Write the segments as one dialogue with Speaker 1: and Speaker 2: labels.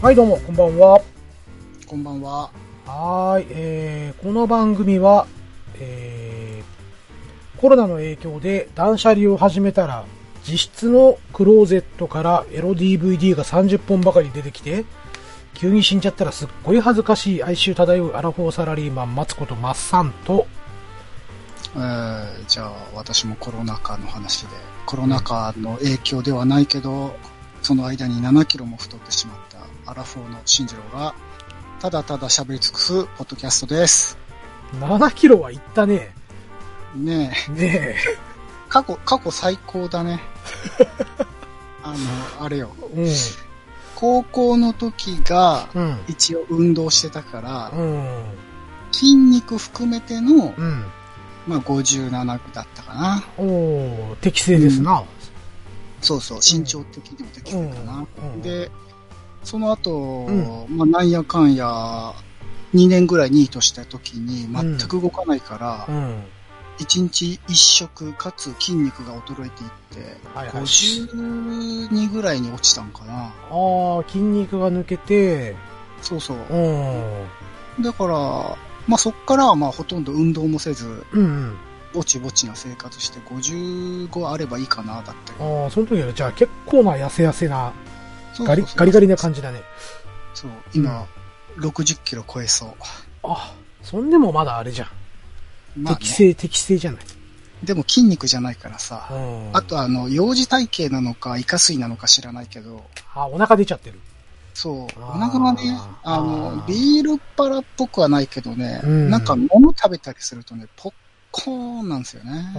Speaker 1: はいどうもこんばんは
Speaker 2: こんばんは。
Speaker 1: はーい、えー、この番組は、えー、コロナの影響で断捨離を始めたら自室のクローゼットからエロ DVD が30本ばかり出てきて急に死んじゃったらすっごい恥ずかしい哀愁漂うアラフォーサラリーマン松子とマッサンと
Speaker 2: えー、じゃあ、私もコロナ禍の話で、コロナ禍の影響ではないけど、その間に7キロも太ってしまったアラフォーの新次郎が、ただただ喋り尽くすポッドキャストです。
Speaker 1: 7キロは行ったね
Speaker 2: ねえ、
Speaker 1: ね
Speaker 2: 過去、過去最高だ ね。あの、あれよ、
Speaker 1: えう
Speaker 2: 高校の時が、
Speaker 1: んうん
Speaker 2: 一応運動してたから、
Speaker 1: うん
Speaker 2: 筋肉含めての、
Speaker 1: うん
Speaker 2: まあ、57だったかな。
Speaker 1: おお適正ですな、
Speaker 2: そうそう、身長的にもできるかな。
Speaker 1: うんうん
Speaker 2: で、その後、
Speaker 1: う
Speaker 2: まあ、なんやかんや、2年ぐらいニートした時に全く動かないから、
Speaker 1: うん
Speaker 2: 1日1食かつ筋肉が衰えていって、
Speaker 1: はいはい
Speaker 2: 52ぐらいに落ちたんかな。
Speaker 1: ああ筋肉が抜けて
Speaker 2: そうそう。
Speaker 1: うん
Speaker 2: だから、まあそっからはまあほとんど運動もせず、
Speaker 1: うんうん
Speaker 2: ぼちぼちな生活して55あればいいかな、だったけど
Speaker 1: ああ、その時は、じゃあ結構な痩せ痩せな、
Speaker 2: そうそうそう
Speaker 1: ガリガリガリな感じだね。
Speaker 2: そう、今、60キロ超えそう。
Speaker 1: あ、そんでもまだあれじゃん。
Speaker 2: まあね
Speaker 1: 適正、適正じゃない。
Speaker 2: でも筋肉じゃないからさ、
Speaker 1: うん。
Speaker 2: あとあの、幼児体型なのか、イカ水なのか知らないけど、
Speaker 1: あ、お腹出ちゃってる。
Speaker 2: そう、
Speaker 1: あ
Speaker 2: お
Speaker 1: ー
Speaker 2: 腹がね、あ
Speaker 1: あー
Speaker 2: の、ビールっ腹っぽくはないけどね、
Speaker 1: うん
Speaker 2: なんか物食べたりするとね、ポッコーンなんですよ
Speaker 1: あ
Speaker 2: ね。
Speaker 1: あ、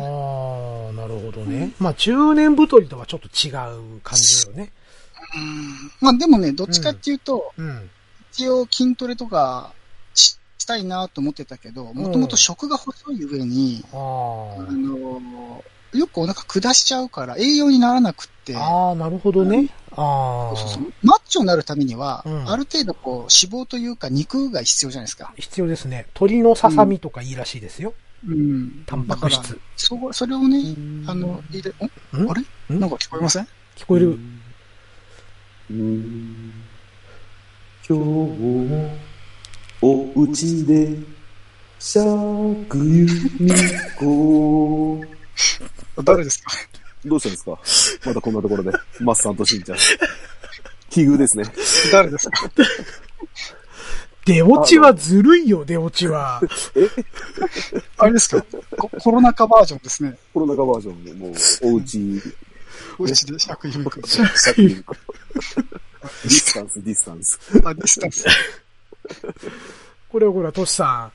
Speaker 1: なるほど
Speaker 2: う
Speaker 1: ね
Speaker 2: ん。
Speaker 1: まあ、中年太りとはちょっと違う感じだよね。
Speaker 2: うんまあでもね、どっちかっていうと、
Speaker 1: うん。
Speaker 2: 一応筋トレとかししたいなと思ってたけど、もともと食が細い上に、
Speaker 1: あ
Speaker 2: あの、よくお腹下しちゃうから栄養にならなくって、
Speaker 1: あ。ああ、なるほどね。ああ。
Speaker 2: そうそうマッチョになるためには、
Speaker 1: うん
Speaker 2: ある程度こう脂肪というか肉が必要じゃないですか。
Speaker 1: 必要ですね。鳥のささみとかいいらしいですよ。
Speaker 2: うん
Speaker 1: タンパク質
Speaker 2: だからそそれをね、あの、入れ、んあれ
Speaker 1: ん
Speaker 2: なんか聞こえません
Speaker 1: 聞こえる。
Speaker 3: うん今日もおうちでしゃくゆみこ。
Speaker 2: 誰ですか
Speaker 3: どうしたんですかまたこんなところで。マッサンとしんちゃん。奇遇ですね。
Speaker 2: 誰ですか
Speaker 1: 出落ちはずるいよ、出落ちは。
Speaker 2: あれですかココロナ禍バージョンですね。
Speaker 3: コロナ禍バージョンで、もう、おうち、
Speaker 2: うちで100人く
Speaker 3: しゃくゆみこ。ディスタンス、ディスタンス。
Speaker 2: あ、ディスタンス。
Speaker 1: これはこれは、トシさ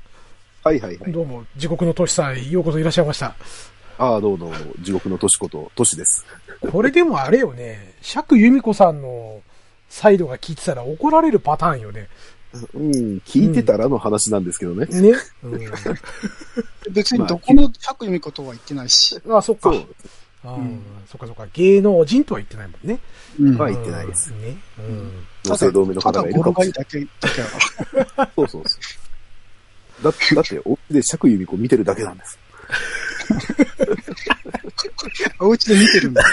Speaker 3: はいはいは
Speaker 1: ん。
Speaker 3: い。
Speaker 1: どうも、地獄のトシさん、ようこそいらっしゃいました。
Speaker 3: ああ、どうも、地獄のとしこと、としです。
Speaker 1: これでもあれよね、釈由美子さんのサイドが聞いてたら怒られるパターンよね。
Speaker 3: うん、聞いてたらの話なんですけどね。
Speaker 1: ね。うん、
Speaker 2: 別にどこの100人ことは言ってないし。
Speaker 1: あそっか。
Speaker 3: そう。
Speaker 1: あーそっかそっか。芸能人とは言ってないもんね。
Speaker 2: うん
Speaker 3: はい言ってないです
Speaker 1: うんね。うん。
Speaker 3: 同姓同名の
Speaker 2: た
Speaker 3: 方
Speaker 2: だ
Speaker 3: がい
Speaker 2: 語
Speaker 3: るか
Speaker 2: 呂
Speaker 3: もしれな
Speaker 2: が
Speaker 3: い
Speaker 2: いい。だけ、だけだか
Speaker 3: そうそうそう。だって、だって、お家で釈由美子見てるだけなんです。
Speaker 2: ら。おうちで見てるんだ。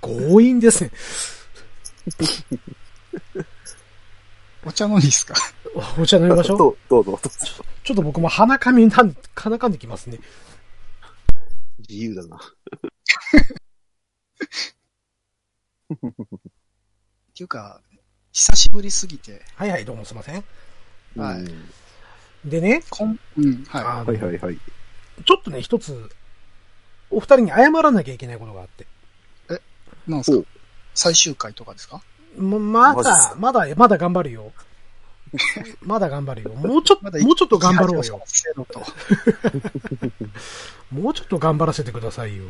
Speaker 1: 強引ですね。
Speaker 2: お茶飲みですか
Speaker 1: お茶飲み ましょう。
Speaker 3: どうどうぞ、どうぞ。
Speaker 1: ちょっと僕も鼻かみなん、鼻かんできますね。
Speaker 3: 自由だな。
Speaker 2: っていうか、久しぶりすぎて。
Speaker 1: はいはい、どうもすいません。
Speaker 2: はい
Speaker 3: い。
Speaker 1: でね、
Speaker 2: こん、うん、は
Speaker 1: あ
Speaker 3: は
Speaker 1: の
Speaker 3: いはいはい。
Speaker 1: ちょっとね、一つ、お二人に謝らなきゃいけないことがあって。
Speaker 2: い。なんです
Speaker 3: お
Speaker 2: か最終回とかですか
Speaker 1: ま、ま
Speaker 3: マジっす
Speaker 1: だ、まだ、まだ頑張 るよ。まだ頑張るよ。もうちょっ
Speaker 2: ま
Speaker 1: と、
Speaker 2: だ
Speaker 1: もうちょっと頑張ろう
Speaker 2: せ
Speaker 1: よ。
Speaker 2: ろと。
Speaker 1: もうちょっと頑張らせてくださいよ。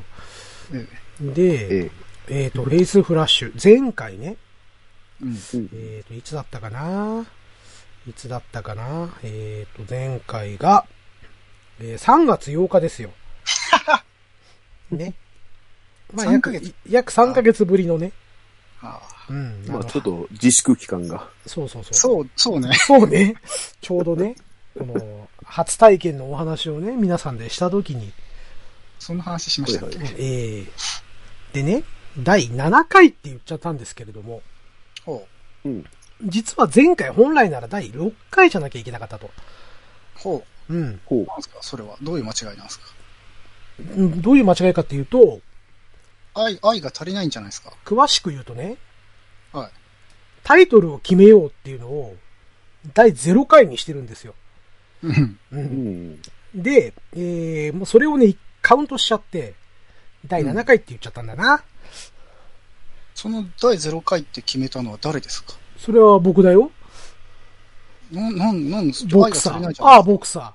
Speaker 2: え
Speaker 1: で、
Speaker 3: ええ。
Speaker 1: えっ、と、フェイスフラッシュ。前回ね、
Speaker 2: うん。
Speaker 1: えっ、と、いつだったかないつだったかなえっ、と、前回が、えー3月8 日ですよ。ね。まあ、
Speaker 2: 3
Speaker 1: 約
Speaker 2: ヶ月、
Speaker 1: 約3ヶ月ぶりのね。
Speaker 2: あ
Speaker 1: うん。あ
Speaker 3: まあ
Speaker 1: の
Speaker 3: ちょっと自粛期間が。
Speaker 1: そうそうそう。
Speaker 2: あそう、そうね。
Speaker 1: そうね。ちょうどね、この、初体験のお話をね、皆さんでしたときに、
Speaker 2: そんな話しましたっけ、
Speaker 3: は
Speaker 1: えーでね、第7回って言っちゃったんですけれども、
Speaker 2: おほ
Speaker 3: うん。
Speaker 1: 実は前回本来なら第6回じゃなきゃいけなかったと。
Speaker 2: う。ほ
Speaker 1: うん。
Speaker 3: ほう
Speaker 2: う。。なんですかそれは。どういう間違いなんですか
Speaker 1: うんどういう間違いかっていうと、
Speaker 2: 愛、愛が足りないんじゃないですか
Speaker 1: 詳しく言うとね、
Speaker 2: はい。
Speaker 1: タイトルを決めようっていうのを、第0回にしてるんですよ。
Speaker 2: うん。
Speaker 1: う。
Speaker 3: うんん。
Speaker 1: で、えー、もうそれをね、カウントしちゃって、第7回って言っちゃったんだな。
Speaker 2: その第0回って決めたのは誰ですか
Speaker 1: それは僕だよ。
Speaker 2: なん、なん、なん、愛が足り
Speaker 1: ボクサ
Speaker 2: ない
Speaker 1: ー。
Speaker 2: じゃない
Speaker 1: ああ、
Speaker 2: ですか
Speaker 1: ボクサ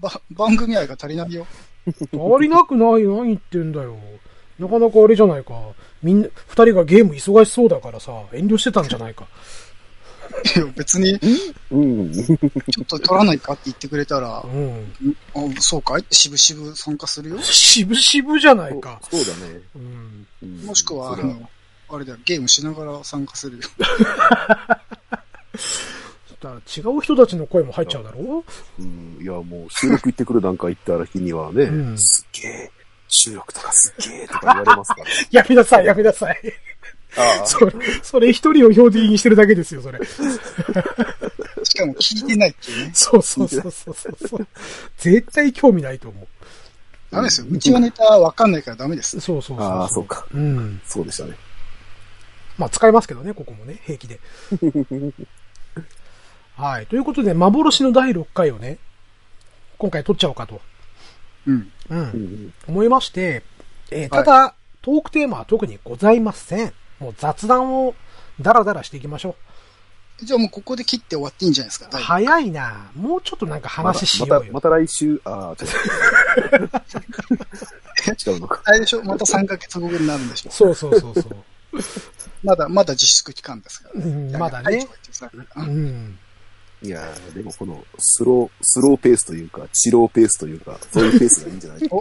Speaker 2: ば番組愛が足りないよ。
Speaker 1: ー。足りなくない よ。何言ってんだよ。なかなかあれじゃないか。みんな、二人がゲーム忙しそうだからさ、遠慮してたんじゃないか。
Speaker 2: いや別に、
Speaker 3: うん。
Speaker 2: ちょっと取らないかって言ってくれたら、あ
Speaker 1: うん。
Speaker 2: そうかいしぶしぶ参加するよ。
Speaker 1: 渋々じゃないか。
Speaker 3: そうだね。
Speaker 1: うん。
Speaker 3: うん
Speaker 2: もしくは、あ
Speaker 3: それ
Speaker 2: の、あれだよ、ゲームしながら参加するよ。
Speaker 1: だから違う人たちの声も入っちゃうだろ
Speaker 3: うんいや、もう収録行ってくる段階行ったら日にはね、
Speaker 1: うん
Speaker 3: すっげえ、収録とかすっげえとか言われますから。
Speaker 1: やめなさい、やめなさい。
Speaker 3: あ
Speaker 1: それ、それ一人を標的にしてるだけですよ、それ。
Speaker 2: しかも聞いてないっていうね。
Speaker 1: そうそうそうそうそう そう。絶対興味ないと思う。
Speaker 2: ダメですよ。うちはネタわかんないからダメです。
Speaker 1: そうそうそう。
Speaker 3: あー、そう。か。
Speaker 1: うん。
Speaker 3: そうでしたね。
Speaker 1: まあ、使いますけどね、ここもね、平気で。はい。ということで、幻の第6回をね、今回撮っちゃおうかと。
Speaker 2: うん。
Speaker 1: う。
Speaker 3: うんん
Speaker 1: 思いまして、えーただ、トークテーマは特にございません。もう雑談をダラダラしていきましょう。
Speaker 2: じゃあもうここで切って終わっていいんじゃないですか。だいぶ
Speaker 1: 早いなもうちょっとなんか
Speaker 3: ま
Speaker 1: 話
Speaker 3: た
Speaker 1: しよ
Speaker 3: また
Speaker 1: う、よ。
Speaker 3: また来週、ああ、ちょっと違うのか。
Speaker 2: あれでしょまた3ヶ月後になるんでしょ
Speaker 1: そうそうそう そう。
Speaker 2: まだ、まだ自粛期間ですから、
Speaker 1: うんまだね
Speaker 2: はいとか言ってさう
Speaker 1: うんん。
Speaker 3: いやーでもこのスロー、スローペースというか、チローペースというか、そういうペースがいいんじゃないか。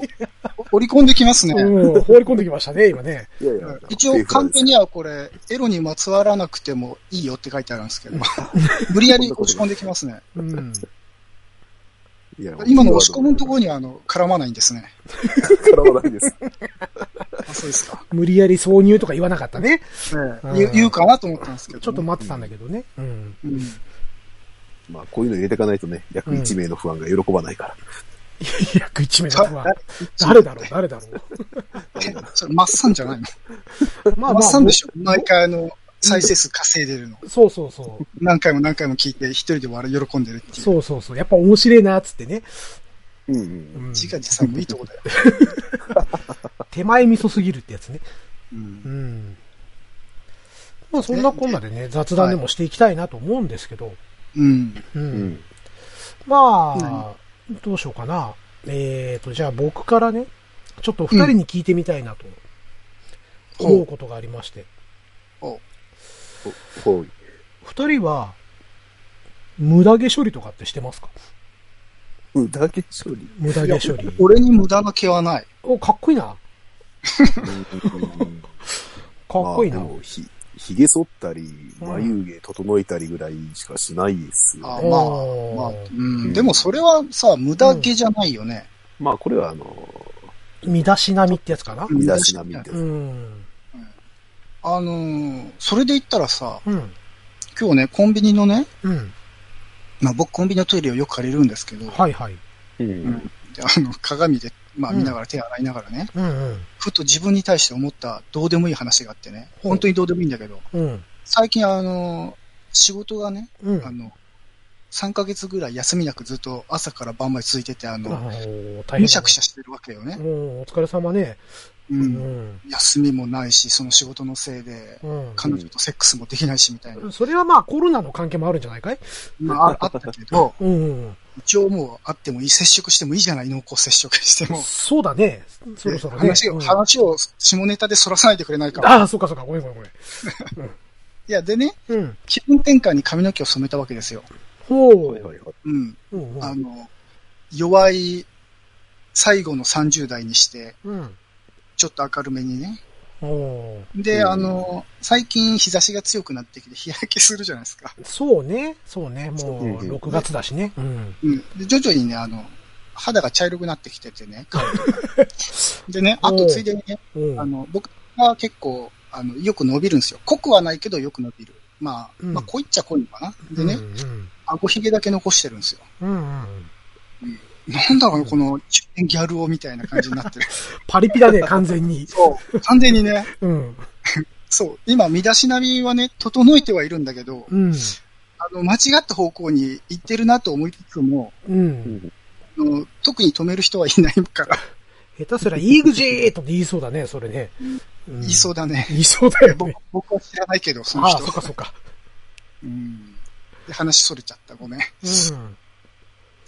Speaker 2: 織り込んできますね。
Speaker 1: うん、放り込んできましたね、今ね。
Speaker 3: いやいや、
Speaker 2: 一応、カンペ
Speaker 3: に。
Speaker 2: にはこれ、エロにまつわらなくてもいいよって書いてあるんです けど、無理やり押し込んできますね。
Speaker 1: うん。
Speaker 3: いや
Speaker 2: 今の押し込むところには、あの、絡まないんですね。
Speaker 3: からはないです。
Speaker 2: あ、そうですか。
Speaker 1: 無理やり挿入とか言わなかったね。
Speaker 2: ええ言う言うかなと思ったんですけど、
Speaker 1: ちょっと、待ってたんだけどね。うん。
Speaker 2: うん、
Speaker 3: まあ、こういうの入れていかないとね、約1名の不安が喜ばないから。
Speaker 1: 約1名だとは
Speaker 2: だ。
Speaker 1: 誰だろ う、誰だろ
Speaker 2: それ、マッサンじゃないの
Speaker 1: う。ま
Speaker 2: マッサンでしょ毎回、あの、再生数稼いでるの。
Speaker 1: そうそうそう。
Speaker 2: 何回も何回も聞いて、一人で笑い喜んでるっていう。
Speaker 1: そうそうそう。やっぱ面白いな、つってね。
Speaker 3: うんう。
Speaker 1: うんん。
Speaker 2: 自画自賛もいいとこだよ。
Speaker 1: 手前味噌すぎるってやつね。
Speaker 2: うん
Speaker 1: うん。まあそんなこんなでね、雑談でもしていきたいなと思うんですけど。
Speaker 2: うん。
Speaker 1: う。
Speaker 3: うんん。
Speaker 1: まあ、どうしようかな。えーと、じゃあ僕からね、ちょっと二人に聞いてみたいなと思うことがありまして。
Speaker 2: お
Speaker 3: ほう。
Speaker 1: 二人は、無駄毛処理とかってしてますか
Speaker 3: 無駄毛処理。
Speaker 1: 無駄毛処理。
Speaker 2: 俺に無駄な毛はない。
Speaker 1: お、かっこいいな。かっこいいな。
Speaker 3: まあでもひ、ひげ剃ったり、眉毛整えたりぐらいしかしないですよ
Speaker 2: あ
Speaker 3: ね。
Speaker 2: まあ
Speaker 1: おー
Speaker 2: まあ、うん。でもそれはさ、無駄毛じゃないよね。
Speaker 3: まあ、これはあの、
Speaker 1: 身だしなみってやつかな。
Speaker 3: 身だしなみってや
Speaker 1: う
Speaker 3: つ。
Speaker 1: ん。
Speaker 2: あのーそれで言ったらさ、
Speaker 1: うん。
Speaker 2: 今日ね、コンビニのね、
Speaker 1: うん。
Speaker 2: まあ僕コンビニのトイレをよく借りるんですけど、
Speaker 1: はいはい。
Speaker 3: うん
Speaker 2: うんであの、鏡で、まあ
Speaker 1: うん
Speaker 2: 見ながら、手洗いながらね、
Speaker 1: うん
Speaker 2: ふと自分に対して思ったどうでもいい話があってね、
Speaker 1: ほう
Speaker 2: 本当にどうでもいいんだけど、
Speaker 1: うん。うん。
Speaker 2: 最近あのー仕事がね、
Speaker 1: うん。
Speaker 2: あの、3ヶ月ぐらい休みなくずっと朝から晩まで続いてて、あ
Speaker 1: あ
Speaker 2: の、
Speaker 1: ー大変だね
Speaker 2: むしゃくしゃしてるわけよね。
Speaker 1: うん、お疲れ様ね。
Speaker 2: う。
Speaker 1: うんん。
Speaker 2: 休みもないし、その仕事のせいで、
Speaker 1: うん。
Speaker 2: 彼女とセックスもできないしみたいな。
Speaker 1: それはまあコロナの関係もあるんじゃないかい
Speaker 2: まあ、ああったけど、
Speaker 1: うん。
Speaker 2: 一応もうあってもいい、接触してもいいじゃない、濃厚接触しても。
Speaker 1: そうだね。そろそろね。
Speaker 2: 話を、
Speaker 1: うん
Speaker 2: 話を下ネタで反らさないでくれないか。
Speaker 1: ああ、そうかそうか。ごめんごめんご
Speaker 2: いや、でね、
Speaker 1: めん。うん。
Speaker 2: 気分転換に髪の毛を染めたわけですよ。
Speaker 1: ほ。
Speaker 3: はいうはいはい。
Speaker 2: うん。
Speaker 1: うん
Speaker 2: あの、弱い、最後の30代にして、
Speaker 1: うん。うん。
Speaker 2: ちょっと明るめにね。
Speaker 1: おー
Speaker 2: で、
Speaker 3: うん
Speaker 2: あの、最近日差しが強くなってきて日焼けするじゃないですか。
Speaker 1: そうね。そうね。も
Speaker 3: うん
Speaker 1: う
Speaker 3: うん
Speaker 1: 6月だしね。うん。
Speaker 2: うん。で、徐々にね、あの、肌が茶色くなってきててね、顔とか でね、あとついでにね、
Speaker 1: うん。
Speaker 2: あ
Speaker 1: あ
Speaker 2: の、僕は結構、あの、よく伸びるんですよ。濃くはないけどよく伸びる。まあ、
Speaker 1: うん
Speaker 2: まあ、濃いっちゃ濃いのかな。でね、
Speaker 1: うん
Speaker 2: 顎ひげだけ残してるんですよ。
Speaker 1: うんうんうん
Speaker 2: なんだろうね、この中年ギャル男みたいな感じになってる。
Speaker 1: パリピだね、完全に。
Speaker 2: そう。完全にね、
Speaker 1: うん。
Speaker 2: そう。今、身だしなみはね、整えてはいるんだけど、
Speaker 1: うん。
Speaker 2: あの、間違った方向に行ってるなと思いつつも、
Speaker 1: うん。
Speaker 2: あの特に止める人はいないから、
Speaker 1: 下手すら、イーグジーと言いそうだね、それね。うん
Speaker 2: 言いそう だね。
Speaker 1: 言いそうだよ
Speaker 2: 僕
Speaker 1: ね。
Speaker 2: 僕は知らないけど、その
Speaker 1: ああ、
Speaker 2: 人
Speaker 1: そっかそっか。
Speaker 2: うん。で話それちゃった、ごめん。
Speaker 1: うん。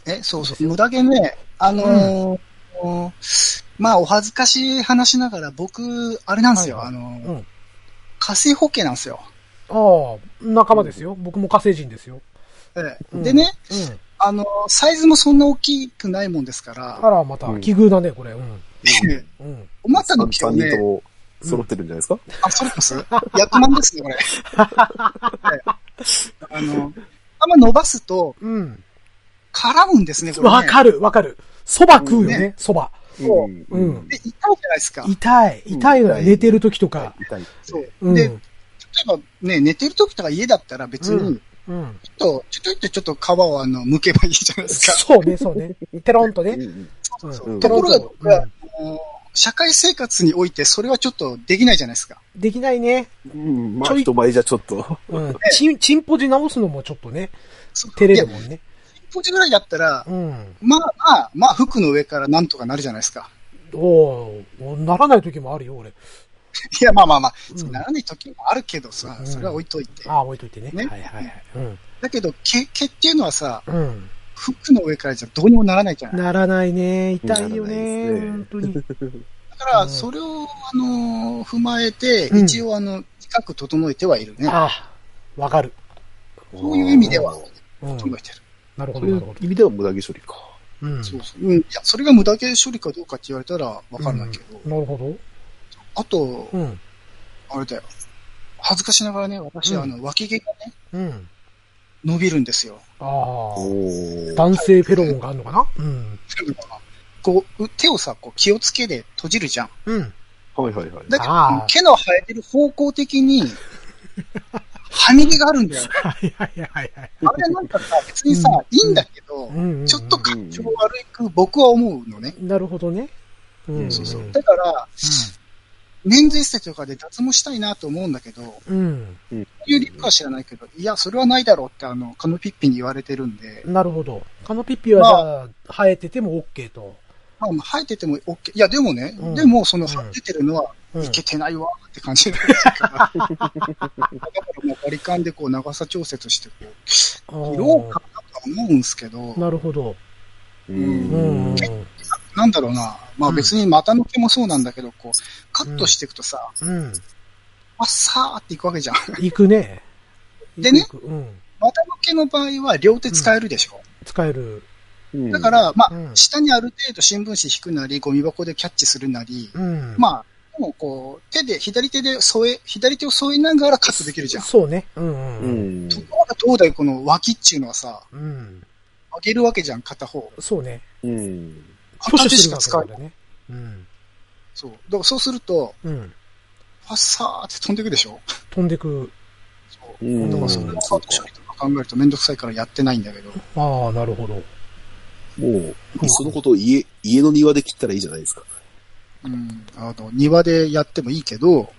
Speaker 2: え、そうそう。無駄毛ね、あのーまあ、お恥ずかしい話ながら、僕、あれなんですよ、
Speaker 1: はい
Speaker 2: あのー
Speaker 1: うん
Speaker 2: 火星ホッケーなんですよ。
Speaker 1: ああ、仲間ですよ。僕も火星人ですよ。
Speaker 2: え
Speaker 1: うん
Speaker 2: でね、
Speaker 1: うん。
Speaker 2: あのーサイズもそんな大きくないもんですから、
Speaker 1: あら、また、奇遇だね、これ。うん。うん。
Speaker 2: おまたの木を
Speaker 3: 三人と
Speaker 2: ね、
Speaker 3: も揃ってるんじゃないですか、
Speaker 2: あ、それこそ、やっとなんですよ、これ。ええあのーあんま伸ばすと、
Speaker 1: うん。
Speaker 2: 絡むんですね、これ、ね。
Speaker 1: わかる、わかる。蕎麦食うよ
Speaker 2: うん
Speaker 1: ね、蕎麦。
Speaker 2: うん
Speaker 1: うん
Speaker 2: で、痛いじゃないですか。
Speaker 1: 痛い。痛いのよ、
Speaker 2: うん
Speaker 1: 寝てる時とか。
Speaker 3: 痛い。
Speaker 2: そう。
Speaker 1: うん。
Speaker 2: で、例えばね、寝てる時とか家だったら別に、
Speaker 1: うんうん。
Speaker 2: ちょっと、ちょっと、ちょっと皮をあの、剥けばいいじゃないですか。
Speaker 1: そうね、そうね。テロンとね。
Speaker 2: そうそう
Speaker 3: うん
Speaker 2: ところが僕は、
Speaker 1: うん
Speaker 2: あの社会生活においてそれはちょっとできないじゃないですか。
Speaker 1: できないね。
Speaker 3: うん、ま
Speaker 1: ちょ
Speaker 3: あ
Speaker 1: い
Speaker 3: 人前じゃちょっと。
Speaker 1: うん。チン、チンポジ直すのもちょっとね、
Speaker 2: そう
Speaker 1: 照れる
Speaker 2: い
Speaker 1: も
Speaker 2: や
Speaker 1: んね。
Speaker 2: 一歩ぐらいだったら、
Speaker 1: うん。
Speaker 2: まあまあ、まあ服の上からなんとかなるじゃないですか。
Speaker 1: おおならない時もあるよ、俺。
Speaker 2: いや、まあまあまあ、
Speaker 1: うん
Speaker 2: そうならない時もあるけどさ
Speaker 1: う、ん
Speaker 2: それは置いといて。
Speaker 1: ああ、置いといてね。
Speaker 2: ね
Speaker 1: はいはいはい。うん。
Speaker 2: だけど、毛、毛っていうのはさ、
Speaker 1: うん。
Speaker 2: 服の上からじゃどうにもならないじゃない。
Speaker 1: ならないね。痛いよ
Speaker 3: ならないで
Speaker 1: ね。
Speaker 3: すね
Speaker 1: 本当に。
Speaker 2: だから、
Speaker 1: うん
Speaker 2: それを、あのー踏まえて、
Speaker 1: うん
Speaker 2: 一応あの、近く整えてはいるね。
Speaker 1: ああ、わかる。
Speaker 2: そういう意味では、
Speaker 1: うん。
Speaker 2: 整えてる。
Speaker 1: なるほ
Speaker 3: そ
Speaker 1: ど、
Speaker 3: うい
Speaker 1: なる
Speaker 3: う
Speaker 1: ほど
Speaker 3: 意。味では無駄毛処理か。
Speaker 1: うん。
Speaker 2: そうそう。うん。いや、それが無駄毛処理かどうかって言われたらわかんないけど、
Speaker 1: うんなるほ
Speaker 2: あと、
Speaker 1: ど。うん。
Speaker 2: あれだよ。恥ずかしながらね、私、
Speaker 1: うん
Speaker 2: あの、脇毛がね、
Speaker 1: うん。
Speaker 2: 伸びるんですよ。
Speaker 1: ああ。
Speaker 3: お
Speaker 1: 男性フェロモンがあるのかなうん。
Speaker 2: こう、う手をさ、こう、気をつけで閉じるじゃん。
Speaker 1: うん。
Speaker 3: はいはいはい。
Speaker 2: だけ
Speaker 1: あ
Speaker 2: ど
Speaker 1: ー、
Speaker 2: 毛の生えてる方向的に、はみ出がある んだよ。
Speaker 1: はいはいはいはい。
Speaker 2: あれなんかさ、別にさ、いいんだけど、
Speaker 1: うん
Speaker 2: ちょっと感情悪く僕は思うのね。
Speaker 1: なるほどね。うん。
Speaker 3: そうそ
Speaker 2: だから、免税捨てとかで脱毛したいなと思うんだけど、こ
Speaker 1: うん。
Speaker 2: ういう理由は知らないけど、いや、それはないだろうって、あの、カノピッピに言われてるんで、
Speaker 1: なるほど。カノピッピはじゃあ、生えてても OK と。
Speaker 2: まあ、生えてても OK。いや、でもね、
Speaker 1: うん
Speaker 2: でも、その、
Speaker 1: うん
Speaker 2: 生えてるのは、
Speaker 1: うん
Speaker 2: いけてないわって感じなんですよだからもうバリカンでこう長さ調節して
Speaker 1: あ
Speaker 2: こ
Speaker 1: ー
Speaker 2: う、色をかなとは思うんですけど、
Speaker 1: なるほど。
Speaker 3: う
Speaker 1: うんん。
Speaker 2: なんだろうな、まあ
Speaker 1: うん
Speaker 2: 別に股の毛もそうなんだけど、こう、カットしていくとさ、
Speaker 1: うん。
Speaker 2: あっさーっていくわけじゃん。
Speaker 1: 行くね。
Speaker 2: でね
Speaker 1: 行く行くうん。
Speaker 2: 股の毛の場合は両手使えるでしょ。
Speaker 1: 使える。
Speaker 3: うん
Speaker 2: だか、ら、まあ、
Speaker 1: うん
Speaker 2: 下にある程度新聞紙引くなり、ゴミ箱でキャッチするなり、
Speaker 1: うん。あ、
Speaker 2: まあ、でもこう、手で、左手で添え、左手を添えながらカットできるじゃん。
Speaker 1: そうね。うん
Speaker 3: う
Speaker 1: うん。
Speaker 3: ん。
Speaker 2: ところがどうだいこの脇っちゅうのはさ、
Speaker 1: うん。
Speaker 2: 上げるわけじゃん、片方。
Speaker 1: そうね。
Speaker 3: うん。
Speaker 1: プッシュ
Speaker 2: 片手
Speaker 1: する
Speaker 2: しか
Speaker 1: わけ
Speaker 2: 使
Speaker 1: だ
Speaker 2: え
Speaker 1: か
Speaker 2: ない。
Speaker 1: らね。うん。
Speaker 2: そう。だからそうすると、
Speaker 1: うん。
Speaker 2: ファッサーって飛んでいくでしょ
Speaker 1: 飛んでく。
Speaker 2: そうう。
Speaker 3: ん
Speaker 2: だからそれを後処理とか考えるとめんどくさいからやってないんだけど。
Speaker 1: ああ、なるほど。
Speaker 3: もう、そのことを家、家の庭で切ったらいいじゃないですか。
Speaker 2: うん。あの、庭でやってもいいけど、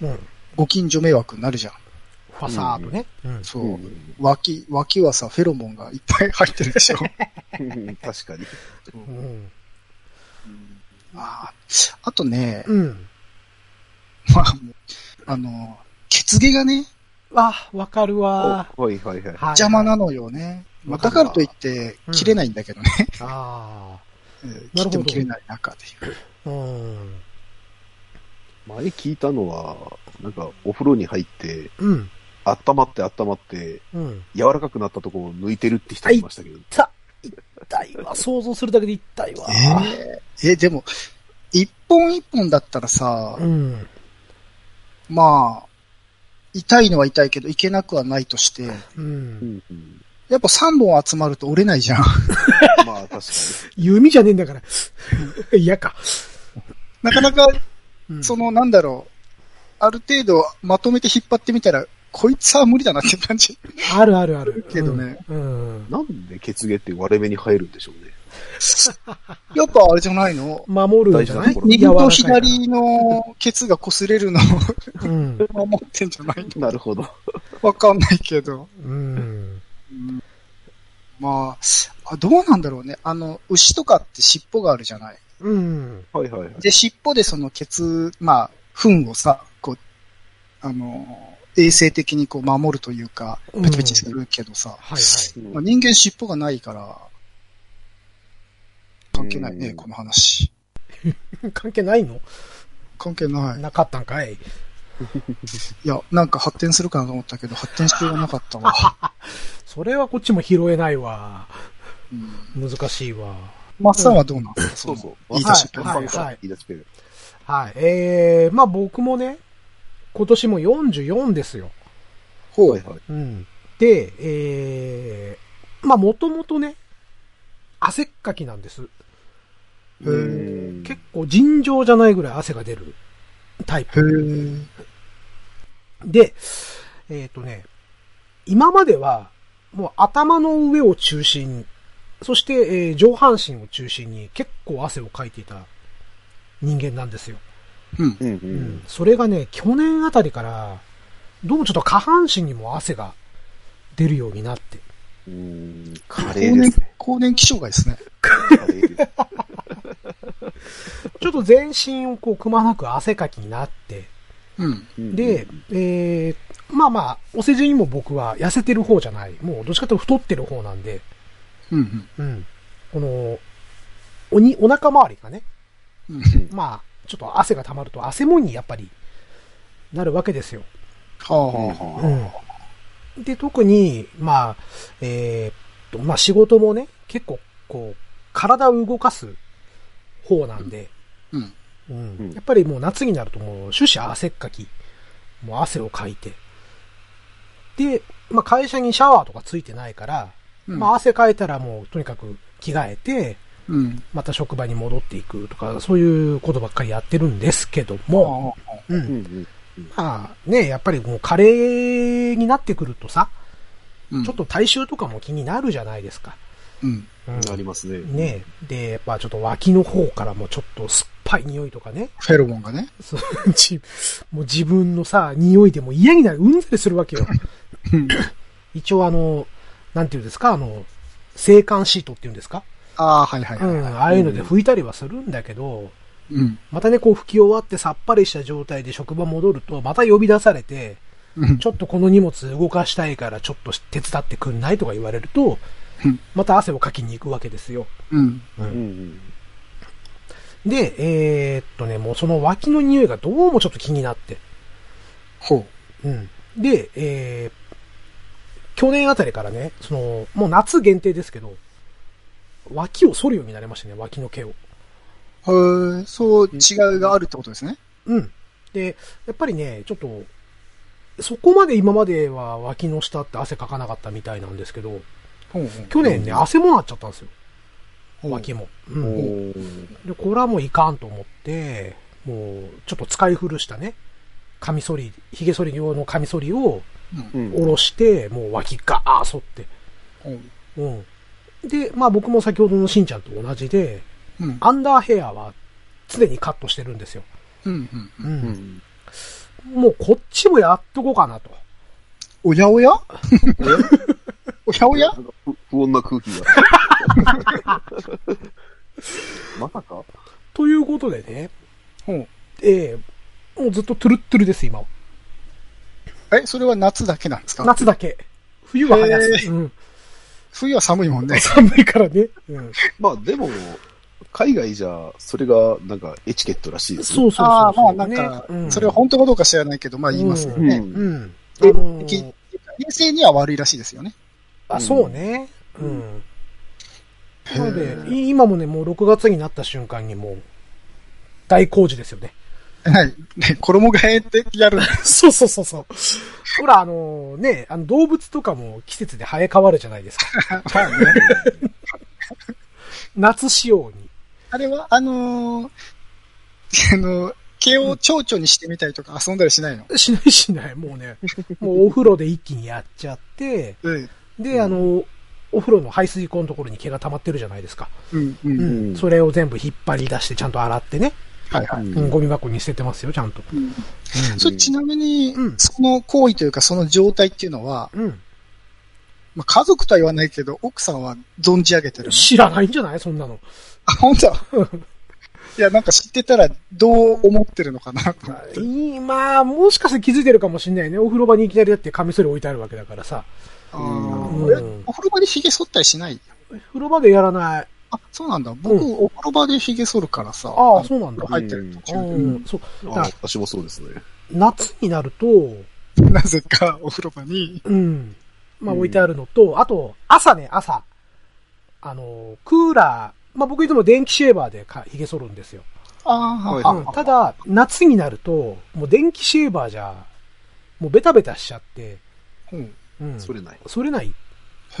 Speaker 1: うん。
Speaker 2: ご近所迷惑になるじゃん。
Speaker 1: ファサーとね。うん。
Speaker 2: そ
Speaker 3: う
Speaker 2: う。
Speaker 3: ん
Speaker 2: 脇、脇はさ、フェロモンがいっぱい入ってるでしょ
Speaker 3: 確 かに。
Speaker 1: うん。
Speaker 2: あーあとね、
Speaker 1: うん。
Speaker 2: まあ、もうあの、血毛がね、
Speaker 1: あ、わかるわ。
Speaker 3: はいはいはい。
Speaker 1: はい
Speaker 2: 邪魔なのよね。まあ、だからといって
Speaker 1: う、ん
Speaker 2: 切れないんだけどね。
Speaker 1: あ
Speaker 2: 切っても切れない中で。
Speaker 1: あ。うん。
Speaker 3: 前聞いたのは、なんか、お風呂に入って、
Speaker 1: うん。
Speaker 3: 温まって温まって、
Speaker 1: うん。
Speaker 3: 柔らかくなったところを抜いてるって人いましたけど。
Speaker 1: 痛い。痛いわ。想像するだけで痛いわ。
Speaker 2: えーえ、でも、一本一本だったらさ、
Speaker 1: うん。
Speaker 2: まあ、痛いのは痛いけど、いけなくはないとして、
Speaker 1: うん。
Speaker 3: うん
Speaker 2: やっぱ三本集まると折れないじゃん。
Speaker 3: まあ確か
Speaker 1: 弓じゃねえんだから。 嫌か。
Speaker 2: なかなか、
Speaker 1: うん
Speaker 2: その、なんだろう、ある程度まとめて引っ張ってみたら、こいつは無理だなって 感じ。
Speaker 1: あるあるある。
Speaker 2: けどね
Speaker 1: うん。うん。
Speaker 4: なんで血芸って割れ目に入るんでしょうね。
Speaker 2: やっぱあれじゃないの
Speaker 1: 守るんじゃない
Speaker 4: 大事なところ
Speaker 2: 右と
Speaker 1: 柔
Speaker 2: 左のケツが擦れるの
Speaker 1: らかいからうん。
Speaker 2: を守ってんじゃない
Speaker 4: なるほど。
Speaker 2: わかんないけど。
Speaker 1: うん。
Speaker 2: まあ、あどうなんだろうね。あの、牛とかって尻尾があるじゃない。
Speaker 1: うん。
Speaker 4: はいはいはい。
Speaker 2: で、尻尾でそのケツ、まあ、糞をさ、こう、あの、衛生的にこう守るというか、
Speaker 1: うん
Speaker 2: ペチペチするけどさ、
Speaker 1: はいはい。
Speaker 2: まあ、人間尻尾がないから、関係ないね、
Speaker 4: うん
Speaker 2: この話。
Speaker 1: 関係ないの
Speaker 2: 関係ない。
Speaker 1: なかったんかい。
Speaker 2: いや、なんか発展するかなと思ったけど、発展しようがなかったわ。
Speaker 1: それはこっちも拾えないわ。
Speaker 2: うん、
Speaker 1: 難しいわ。
Speaker 2: マッサンはどうなんですか、
Speaker 4: そうそう。
Speaker 2: 言い出しっぺ。
Speaker 1: はいはいはい
Speaker 4: 言い出しっぺ。
Speaker 1: はい。えー、まあ僕もね、今年も44ですよ。
Speaker 2: ほ。
Speaker 4: はいうはい。
Speaker 1: うん。で、えー、まあもともとね、汗っかきなんです。
Speaker 2: へー
Speaker 4: うん
Speaker 1: 結構尋常じゃないぐらい汗が出るタイプ。
Speaker 2: へー
Speaker 1: で、えっ、とね、今までは、もう頭の上を中心に、そして、えー上半身を中心に結構汗をかいていた人間なんですよ。
Speaker 2: うん。
Speaker 4: うんう
Speaker 1: うんん。それがね、去年あたりから、どうもちょっと下半身にも汗が出るようになって。
Speaker 4: うん。カ
Speaker 2: 更
Speaker 4: レーで
Speaker 2: 年
Speaker 4: すね。、
Speaker 2: 更年期障害ですね。
Speaker 4: カレーです。
Speaker 1: ちょっと全身をこうくまなく汗かきになって。
Speaker 2: うん。
Speaker 4: うん
Speaker 1: で、えー、まあまあ、お世辞にも僕は痩せてる方じゃない。もうどっちかというと太ってる方なんで、
Speaker 2: うん。
Speaker 1: うん。この、おに、お腹周りがね、
Speaker 2: うん。
Speaker 1: まあ、ちょっと汗が溜まると汗もんにやっぱりなるわけですよ。
Speaker 2: はあ、は
Speaker 4: は
Speaker 2: あ。
Speaker 4: あはあ
Speaker 1: うん。で、特に、まあ、えーっと、まあ仕事もね、結構、こう、体を動かす方なんで、
Speaker 2: うん。
Speaker 1: う
Speaker 4: うん
Speaker 1: ん。やっぱりもう夏になるともう終始汗っかき、もう汗をかいて。で、まあ会社にシャワーとかついてないから、
Speaker 2: うん
Speaker 1: まあ汗かいたらもうとにかく着替えて、
Speaker 2: うん。
Speaker 1: また職場に戻っていくとか、そういうことばっかりやってるんですけども、
Speaker 2: はあ、
Speaker 1: う
Speaker 4: うん
Speaker 1: ん。
Speaker 4: うん
Speaker 1: まあね、やっぱりもうカレーになってくるとさ、
Speaker 2: うん。
Speaker 1: ちょっと体臭とかも気になるじゃないですか。
Speaker 2: うん。
Speaker 1: うん
Speaker 4: なりますね。
Speaker 1: ねで、やっぱちょっと脇の方からもちょっと酸っぱい匂いとかね。
Speaker 2: フェロモンがね。
Speaker 1: そうじもう自分のさ、匂いでも嫌になる、うんざりするわ けよ。一応あの、なんていうんですか、あの、制汗シートっていうんですか
Speaker 2: ああ、はいはいは
Speaker 1: う
Speaker 2: い。
Speaker 1: ん、ああいうので拭いたりはするんだけど、
Speaker 2: うん。
Speaker 1: またね、こう拭き終わってさっぱりした状態で職場戻ると、また呼び出されて、
Speaker 2: うん
Speaker 1: ちょっとこの荷物動かしたいからちょっと手伝ってくんないとか言われると
Speaker 2: うん、
Speaker 1: また汗をかきに行くわけですよ。
Speaker 2: うん。
Speaker 4: うんうん
Speaker 1: で、えーっとね、もうその脇の匂いがどうもちょっと気になって。
Speaker 2: ほ
Speaker 1: うん。で、えー、去年あたりからね、その、もう夏限定ですけど、脇を剃るようになりましたね、脇の毛を。
Speaker 2: う。へえ、そう、違いがあるってことですね。
Speaker 1: うん。で、やっぱりね、ちょっと、そこまで今までは脇の下って汗かかなかったみたいなんですけど、
Speaker 2: ほうほう。
Speaker 1: 去年ね、汗もなっちゃったんですよ、
Speaker 2: ほう
Speaker 1: 脇も。うん。
Speaker 4: お
Speaker 1: で、
Speaker 4: ー
Speaker 1: これはもういかんと思って、もう、ちょっと使い古したね、カミソリ、髭剃り用のカミソリを
Speaker 4: うん
Speaker 1: 下ろして、もう脇ガーッ剃って。
Speaker 2: ほう。
Speaker 1: うん。で、まあ僕も先ほどのしんちゃんと同じで、
Speaker 2: うん。
Speaker 1: アンダーヘアは常にカットしてるんですよ。
Speaker 2: うん。
Speaker 1: う。
Speaker 2: うん。
Speaker 4: うんん
Speaker 1: もうこっちもやっとこうかなと。
Speaker 2: おやおやおやおや
Speaker 4: なんか不不穏な空気が。 まさか
Speaker 1: ということでね、
Speaker 2: ほう。
Speaker 1: えー、もうずっとトゥルットゥルです、今は。
Speaker 2: え、それは夏だけなんですか
Speaker 1: 夏だけ。冬は早す。うん。
Speaker 2: 冬は寒いもんね。
Speaker 1: 寒いからね。うん。
Speaker 4: まあでも、海外じゃ、それがなんかエチケットらしいですね。
Speaker 1: そうそうそう。
Speaker 2: ああ、まあなんか、
Speaker 1: ねうん
Speaker 2: それは本当かどうか知らないけど、まあ言いますよね。
Speaker 4: ん
Speaker 1: うん。あ
Speaker 2: で
Speaker 1: のー
Speaker 2: き衛生には悪いらしいですよね。
Speaker 1: あ、そうね。うん。
Speaker 2: へえ
Speaker 1: なので、い今もね、もう6月になった瞬間にもう、大工事ですよね。
Speaker 2: はい。ね、 衣替えってやる。
Speaker 1: そうそうそうそう。ほら、あのね、あの動物とかも季節で生え変わるじゃないですか。 夏仕様に。
Speaker 2: あれは、あのーあのー、毛を蝶々にしてみたりとか遊んだりしないの
Speaker 1: しないしない、もうね。 もうお風呂で一気にやっちゃって、
Speaker 2: うん。
Speaker 1: で、あの、お風呂の排水口のところに毛が溜まってるじゃないですか。
Speaker 2: うん、うん。
Speaker 1: う
Speaker 2: うん
Speaker 1: ん。それを全部引っ張り出して、ちゃんと洗ってね。
Speaker 2: はいはい。
Speaker 1: うん、ゴミ箱に捨ててますよ、ちゃんと。
Speaker 2: それちなみに、
Speaker 1: うん
Speaker 2: その行為というかその状態っていうのは、
Speaker 1: うん。
Speaker 2: まあ、家族とは言わないけど、奥さんは存じ上げてるの
Speaker 1: 知らないんじゃないそんなの。
Speaker 2: あ、本当いや、なんか知ってたらどう思ってるのかなと思って。
Speaker 1: いいまあ、もしかして気づいてるかもしんないね。お風呂場にいきなりだってカミソリ置いてあるわけだからさ。
Speaker 2: あ
Speaker 1: うん
Speaker 2: ー俺お風呂場で髭剃ったりしない
Speaker 1: お風呂場でやらない。
Speaker 2: あ、そうなんだ。僕、
Speaker 1: う
Speaker 2: お風呂場で髭剃るからさ。
Speaker 1: ああ、
Speaker 2: う。
Speaker 1: そうなんだ。
Speaker 2: 入ってる途
Speaker 1: う
Speaker 2: 中で。
Speaker 1: ん、そう。だ
Speaker 4: あ私もそうですね。
Speaker 1: 夏になると、
Speaker 2: なぜかお風呂場に。
Speaker 1: うん。まあ置いてあるのと、あと、朝ね、朝。あの、クーラー、まあ僕いつも電気シェーバーでか髭剃るんですよ。
Speaker 2: あ
Speaker 4: あ
Speaker 2: あ、
Speaker 1: うんただ、夏になると、もう電気シェーバーじゃ、もうベタベタしちゃって、
Speaker 2: うん。
Speaker 1: うん。
Speaker 4: それない。
Speaker 1: 剃れない
Speaker 2: へ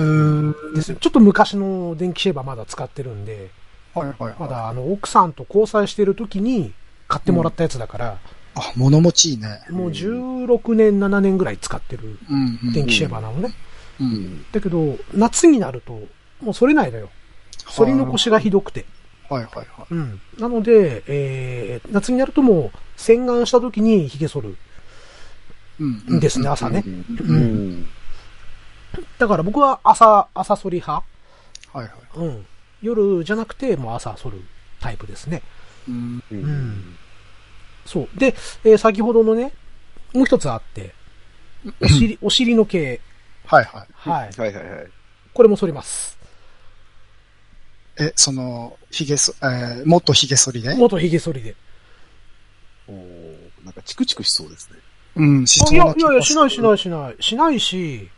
Speaker 2: え。
Speaker 1: ですよ。ちょっと昔の電気シェーバーまだ使ってるんで、
Speaker 2: はいはいはい。
Speaker 1: まだあの奥さんと交際してる時に買ってもらったやつだから、
Speaker 2: あ、物持ちいいね。
Speaker 1: もう16年、7年ぐらい使ってる
Speaker 2: うん、うん。
Speaker 1: 電気シェーバーなのね。
Speaker 2: う。
Speaker 4: うんん。
Speaker 1: だけど、夏になると、もう剃れないのよ。剃り残しがひどくて。
Speaker 2: はいはいはい。
Speaker 1: うん。なので、えー、夏になるともう洗顔した時に髭剃る
Speaker 2: うんうん
Speaker 1: んですね、朝ね
Speaker 4: う。ん。
Speaker 1: んだから僕は朝、朝剃り派。
Speaker 2: はいはい。
Speaker 1: うん。夜じゃなくて、もう朝剃るタイプですね。
Speaker 2: うん。
Speaker 4: うん
Speaker 1: んそう。で、えー先ほどのね、もう一つあって、お尻、お尻の毛。
Speaker 2: はいはい。
Speaker 1: はい。
Speaker 4: はいはいはい。
Speaker 1: これも剃ります。
Speaker 2: え、その、髭剃、えー、もっと髭剃りで
Speaker 1: 元髭剃りで。
Speaker 4: おーなんかチクチクしそうですね。
Speaker 2: うん、し
Speaker 1: あい
Speaker 2: そう
Speaker 1: や、
Speaker 2: ない気が
Speaker 1: やいや、しないし
Speaker 2: い。
Speaker 1: ないしない。しないし、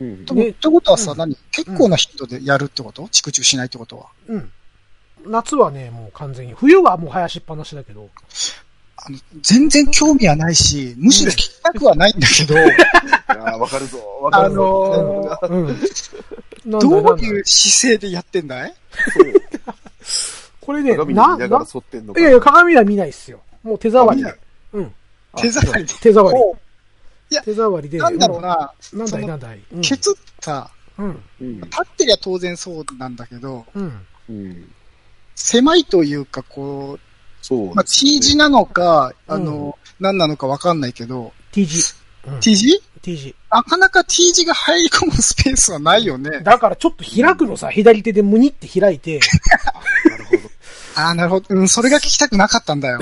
Speaker 4: うん
Speaker 2: でも
Speaker 1: ね
Speaker 2: ってことはさ、
Speaker 1: うん
Speaker 2: 何結構な頻度でやるってことチクチクしないってことは。
Speaker 1: うん。夏はね、もう完全に。冬はもう生やしっぱなしだけど。
Speaker 2: あの、全然興味はないし、むしろ聞きたくはないんだけど、
Speaker 4: あーわかるぞ。わかるぞ。
Speaker 2: あのー
Speaker 1: うん。なんだ
Speaker 2: ど
Speaker 1: なん
Speaker 2: う
Speaker 1: だ
Speaker 2: いう姿勢でやってんだい
Speaker 1: これね、
Speaker 4: 鏡見
Speaker 1: な、
Speaker 4: ながら
Speaker 1: な、
Speaker 4: 剃ってんの
Speaker 1: い
Speaker 4: か。
Speaker 1: やいや、鏡は見ないっすよ。もう手触り
Speaker 4: あ見な
Speaker 1: で
Speaker 4: い。
Speaker 1: うん。
Speaker 4: あ
Speaker 2: 手触りで。
Speaker 1: 手触り。
Speaker 2: こ
Speaker 1: 手触り
Speaker 2: う
Speaker 1: で。
Speaker 2: なんだろうな、
Speaker 1: うん。なんだい
Speaker 2: その
Speaker 1: なんだい。うん
Speaker 2: ケツってさ、
Speaker 1: うん。
Speaker 4: うん。
Speaker 2: 立ってりゃ当然そうなんだけど、
Speaker 1: うん。
Speaker 4: うん。
Speaker 2: 狭いというか、こ
Speaker 4: そう
Speaker 2: う、まあ、T 字なのか、
Speaker 1: うん
Speaker 2: あの、何なのかわかんないけど、
Speaker 1: T 字。うん
Speaker 2: T 字
Speaker 1: T 字。
Speaker 2: なかなか T 字が入り込むスペースはないよね。
Speaker 1: だからちょっと開くのさ、左手でムニって開いて、
Speaker 4: なるほど。
Speaker 2: ああ、なるほど。うん、それが聞きたくなかったん だよ。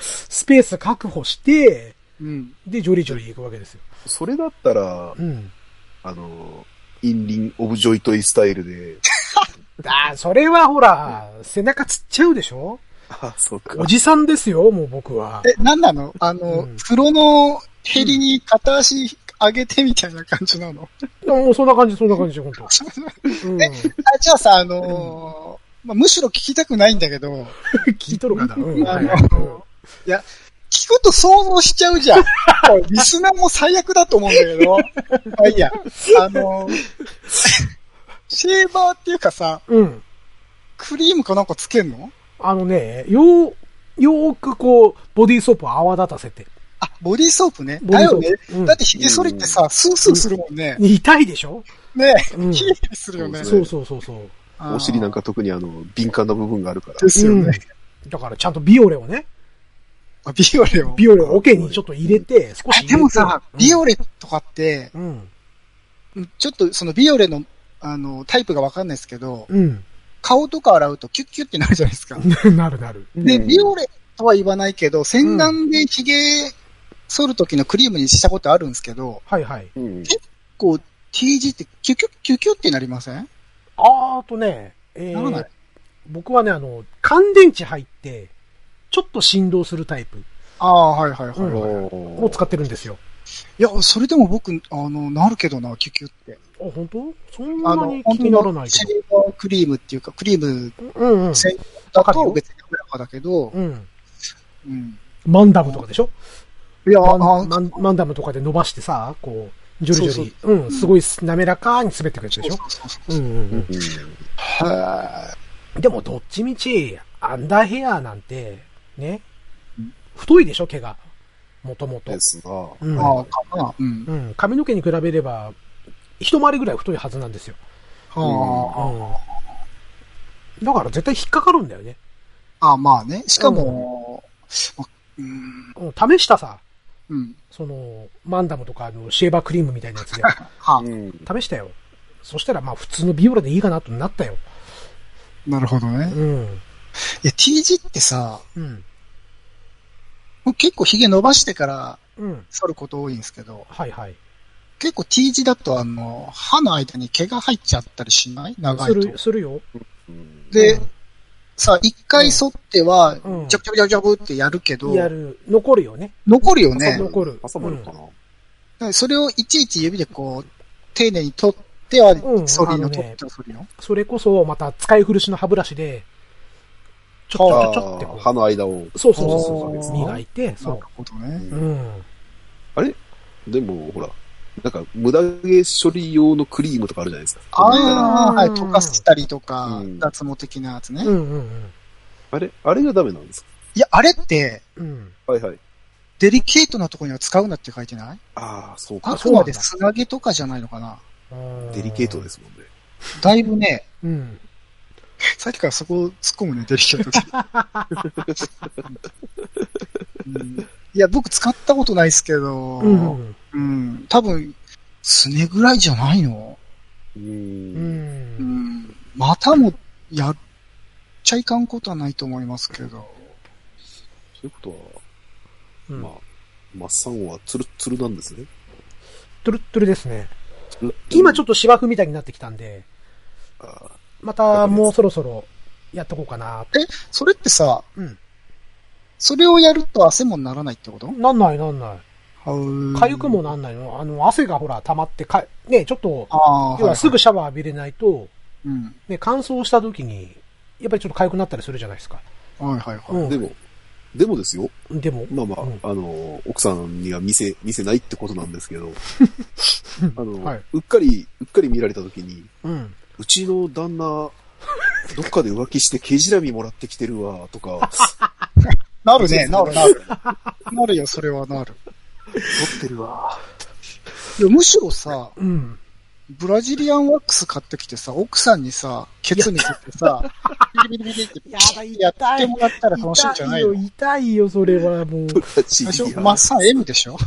Speaker 1: スペース確保して、
Speaker 2: うん。
Speaker 1: で、ジョリジョリ行くわけですよ。
Speaker 4: それだったら
Speaker 1: う、ん。
Speaker 4: あの、インリン・オブ・ジョイトイスタイルで、
Speaker 1: あーそれはほら、背中つっちゃうでしょ
Speaker 4: あ、そうか
Speaker 1: お。じさんですよ、もう僕は。
Speaker 2: え、なんなのあの、
Speaker 1: うん
Speaker 2: 風呂のヘリに片足上げてみたいな感じなの、
Speaker 1: もうそんな感じ、そんな感じ、本 当。うん。
Speaker 2: あじゃあさ、あのーまあ、むしろ聞きたくないんだけど、
Speaker 1: 聞いとるかな。うん。
Speaker 2: あ
Speaker 1: はい
Speaker 2: の
Speaker 1: はい
Speaker 2: いや、聞くと想像しちゃうじゃん。 これリスナーも最悪だと思うんだけど。まあいいや。あのーシェーバーっていうかさ、
Speaker 1: うん。
Speaker 2: クリームかなんかつけんの
Speaker 1: あのね、よう、よーくこう、ボディーソープを泡立たせて。
Speaker 2: あ、ボディーソープね。
Speaker 1: ボデ
Speaker 2: だ
Speaker 1: ィー
Speaker 2: よ
Speaker 1: ソープ
Speaker 2: ね。
Speaker 1: うん
Speaker 2: だって髭剃りってさ、スースーするもんね。
Speaker 1: 痛いでしょ
Speaker 2: ねえ、
Speaker 1: うん
Speaker 2: ヒリヒリするよね。
Speaker 1: そうそうそうそう。
Speaker 2: あー
Speaker 4: お尻なんか特にあの、敏感な部分があるから。
Speaker 2: ですよね。
Speaker 1: うんだからちゃんとビオレをね、
Speaker 2: あビオレを。
Speaker 1: ビオレをオケにちょっと入れて、少し
Speaker 2: あ
Speaker 1: 入れて。
Speaker 2: でもさ、
Speaker 1: うん
Speaker 2: ビオレとかって、
Speaker 1: うん。
Speaker 2: ちょっとそのビオレの、あの、タイプがわかんないですけど、
Speaker 1: うん。
Speaker 2: 顔とか洗うとキュッキュッってなるじゃないですか。
Speaker 1: なるなる。
Speaker 2: で、
Speaker 4: うん
Speaker 2: ビオレとは言わないけど、洗顔で髭剃る時のクリームにしたことあるんですけど、
Speaker 1: はいはい。
Speaker 4: うん。
Speaker 2: こう、T 字ってキュキュッキュキュッってなりません
Speaker 1: あーあとね、え
Speaker 2: ならな
Speaker 1: ー
Speaker 2: い、
Speaker 1: 僕はね、あの、乾電池入って、ちょっと振動するタイプ
Speaker 2: ああ、はいはいはい。
Speaker 1: うんを使ってるんですよ。
Speaker 2: いや、それでも僕、あの、なるけどな、キュキュって。
Speaker 1: あ、本当？そん
Speaker 2: あ
Speaker 1: な
Speaker 2: の
Speaker 1: に、
Speaker 2: 本
Speaker 1: 気にな
Speaker 2: 当
Speaker 1: らな
Speaker 2: の
Speaker 1: い
Speaker 2: シ
Speaker 1: け
Speaker 2: ェーバークリームっていうか、クリーム
Speaker 1: ど。うんうん。
Speaker 2: 専用だ
Speaker 1: わかるよ
Speaker 2: と別に滑らかだけど、
Speaker 1: うん。
Speaker 2: うん。
Speaker 1: マンダムとかでしょ
Speaker 2: いや、
Speaker 1: マ
Speaker 2: あ
Speaker 1: ン
Speaker 2: の、
Speaker 1: マンマンダムとかで伸ばしてさ、こう、ジョリジョリ。うん、すごい滑らかに滑ってくるやつでしょ
Speaker 2: そうそう
Speaker 1: うんうん
Speaker 2: は
Speaker 1: うん。でもどっちみち、アンダーヘアなんて、ね、太いでしょ、毛が。もともと
Speaker 4: で。すな。
Speaker 1: うん
Speaker 2: ああ、かな。うん。
Speaker 1: うん。髪の毛に比べれば、一回りぐらい太いはずなんですよ。
Speaker 2: は
Speaker 1: うん。だから絶対引っかかるんだよね。
Speaker 2: あ。ああ、まあね。しかも、まうん。
Speaker 1: うん試したさ、
Speaker 2: うん。
Speaker 1: その、マンダムとかのシェーバークリームみたいなや つで。
Speaker 2: は
Speaker 4: うん。
Speaker 1: 試したよ。そしたらまあ普通のビオラでいいかなとなったよ。
Speaker 2: あ。なるほど
Speaker 1: う
Speaker 2: ね。
Speaker 1: ん。
Speaker 2: いや、T 字ってさ、
Speaker 1: うん。
Speaker 2: 僕結構髭伸ばしてから
Speaker 1: うん。
Speaker 2: 剃ること多いんですけど、
Speaker 1: はいはい。
Speaker 2: 結構 T 字だとあの、歯の間に毛が入っちゃったりしない長
Speaker 1: す
Speaker 2: いと
Speaker 1: る、。するよ。
Speaker 4: うん
Speaker 2: で、
Speaker 1: うん
Speaker 2: さ、一回剃っては
Speaker 1: うん、
Speaker 2: ジャブジャブジャブジャブってやるけど、
Speaker 1: やる。残るよね。
Speaker 2: 残るよね。だか
Speaker 1: 残る
Speaker 4: 朝までかな。
Speaker 2: らそれをいちいち指でこう、丁寧に取っては
Speaker 1: うん
Speaker 2: 剃る
Speaker 1: あの
Speaker 2: の、
Speaker 1: ね
Speaker 2: 取っては剃るの。
Speaker 1: それこそまた使い古しの歯ブラシで、ちょっとちょっとって
Speaker 4: あー
Speaker 1: こ
Speaker 4: 歯の間を。
Speaker 1: う。そうそうそう
Speaker 2: あ
Speaker 1: そ
Speaker 2: ー
Speaker 1: う。磨いて、
Speaker 2: な
Speaker 1: そ
Speaker 2: るほどね。
Speaker 1: う。うん。
Speaker 4: でも、ほら、なんか、無駄毛処理用のクリームとかあるじゃないですか。
Speaker 2: ああ、はい、
Speaker 1: うん
Speaker 2: 溶かしたりとか
Speaker 4: う、ん
Speaker 2: 脱毛的なやつね。
Speaker 1: うんうん
Speaker 4: あれ、あれがダメなんですか
Speaker 2: いや、あれって、
Speaker 1: うん。うん。
Speaker 4: はいはい。
Speaker 2: デリケートなところには使うなって書いてない
Speaker 4: ああ、そうか。
Speaker 2: あ
Speaker 1: そ
Speaker 2: く
Speaker 1: うなん
Speaker 2: ま
Speaker 1: だ。
Speaker 2: で砂毛とかじゃないのかな
Speaker 4: デリケートですすもんね。
Speaker 2: だいぶね、
Speaker 1: うん。
Speaker 2: さっきからそこを突っ込むね、デリケートでうんいや、僕使ったことないですけど、
Speaker 1: うん。
Speaker 2: うん多分、すねぐらいじゃないの
Speaker 4: う。
Speaker 1: うん。
Speaker 2: うんん。またも、やっちゃいかんことはないと思いますけど。
Speaker 4: そういうことは、
Speaker 1: うん
Speaker 4: まあ、マッサンはツルッツルなんですね。
Speaker 1: トゥルットゥルですね。今ちょっと芝生みたいになってきたんで、
Speaker 4: と、あ
Speaker 1: またもうそろそろやっとこうかな。
Speaker 2: それってさ、
Speaker 1: うん
Speaker 2: それをやると汗もならないってこと
Speaker 1: なんないなんない。
Speaker 2: は
Speaker 1: かゆくもなんないの。あの、汗がほら溜まってか、ね、ちょっと、
Speaker 2: ああ、
Speaker 1: 要
Speaker 2: は
Speaker 1: はいすぐシャワー浴びれないと、
Speaker 2: うん。
Speaker 1: ね、乾燥した時に、やっぱりちょっと痒くなったりするじゃないですか。
Speaker 2: はいはいはい。
Speaker 1: う
Speaker 4: で
Speaker 1: ん。
Speaker 4: も、でもですよ。
Speaker 1: でも、
Speaker 4: まあまあ、
Speaker 1: うん
Speaker 4: あの、奥さんには見せ、見せないってことなんですけ ど、あの、
Speaker 1: はいう
Speaker 4: っかり、うっかり見られたときに、
Speaker 1: うん。
Speaker 4: うちの旦那、どっかで浮気して毛じらみもらってきてるわ、とか、
Speaker 2: なるね、な るなる。なるよ、それはなる。
Speaker 4: 取ってるわ。
Speaker 2: いや、むしろさ、
Speaker 1: うん。
Speaker 2: ブラジリアンワックス買ってきてさ、奥さんにさ、ケツに吸ってさ、ビリビリビリってピ
Speaker 1: やだ
Speaker 2: ッて やってもらったら楽しいんじ
Speaker 1: 痛
Speaker 2: ゃないい
Speaker 1: よ、
Speaker 2: の
Speaker 1: 痛いよ、それは もう。
Speaker 4: 私
Speaker 2: 最初、マッサン M でしょ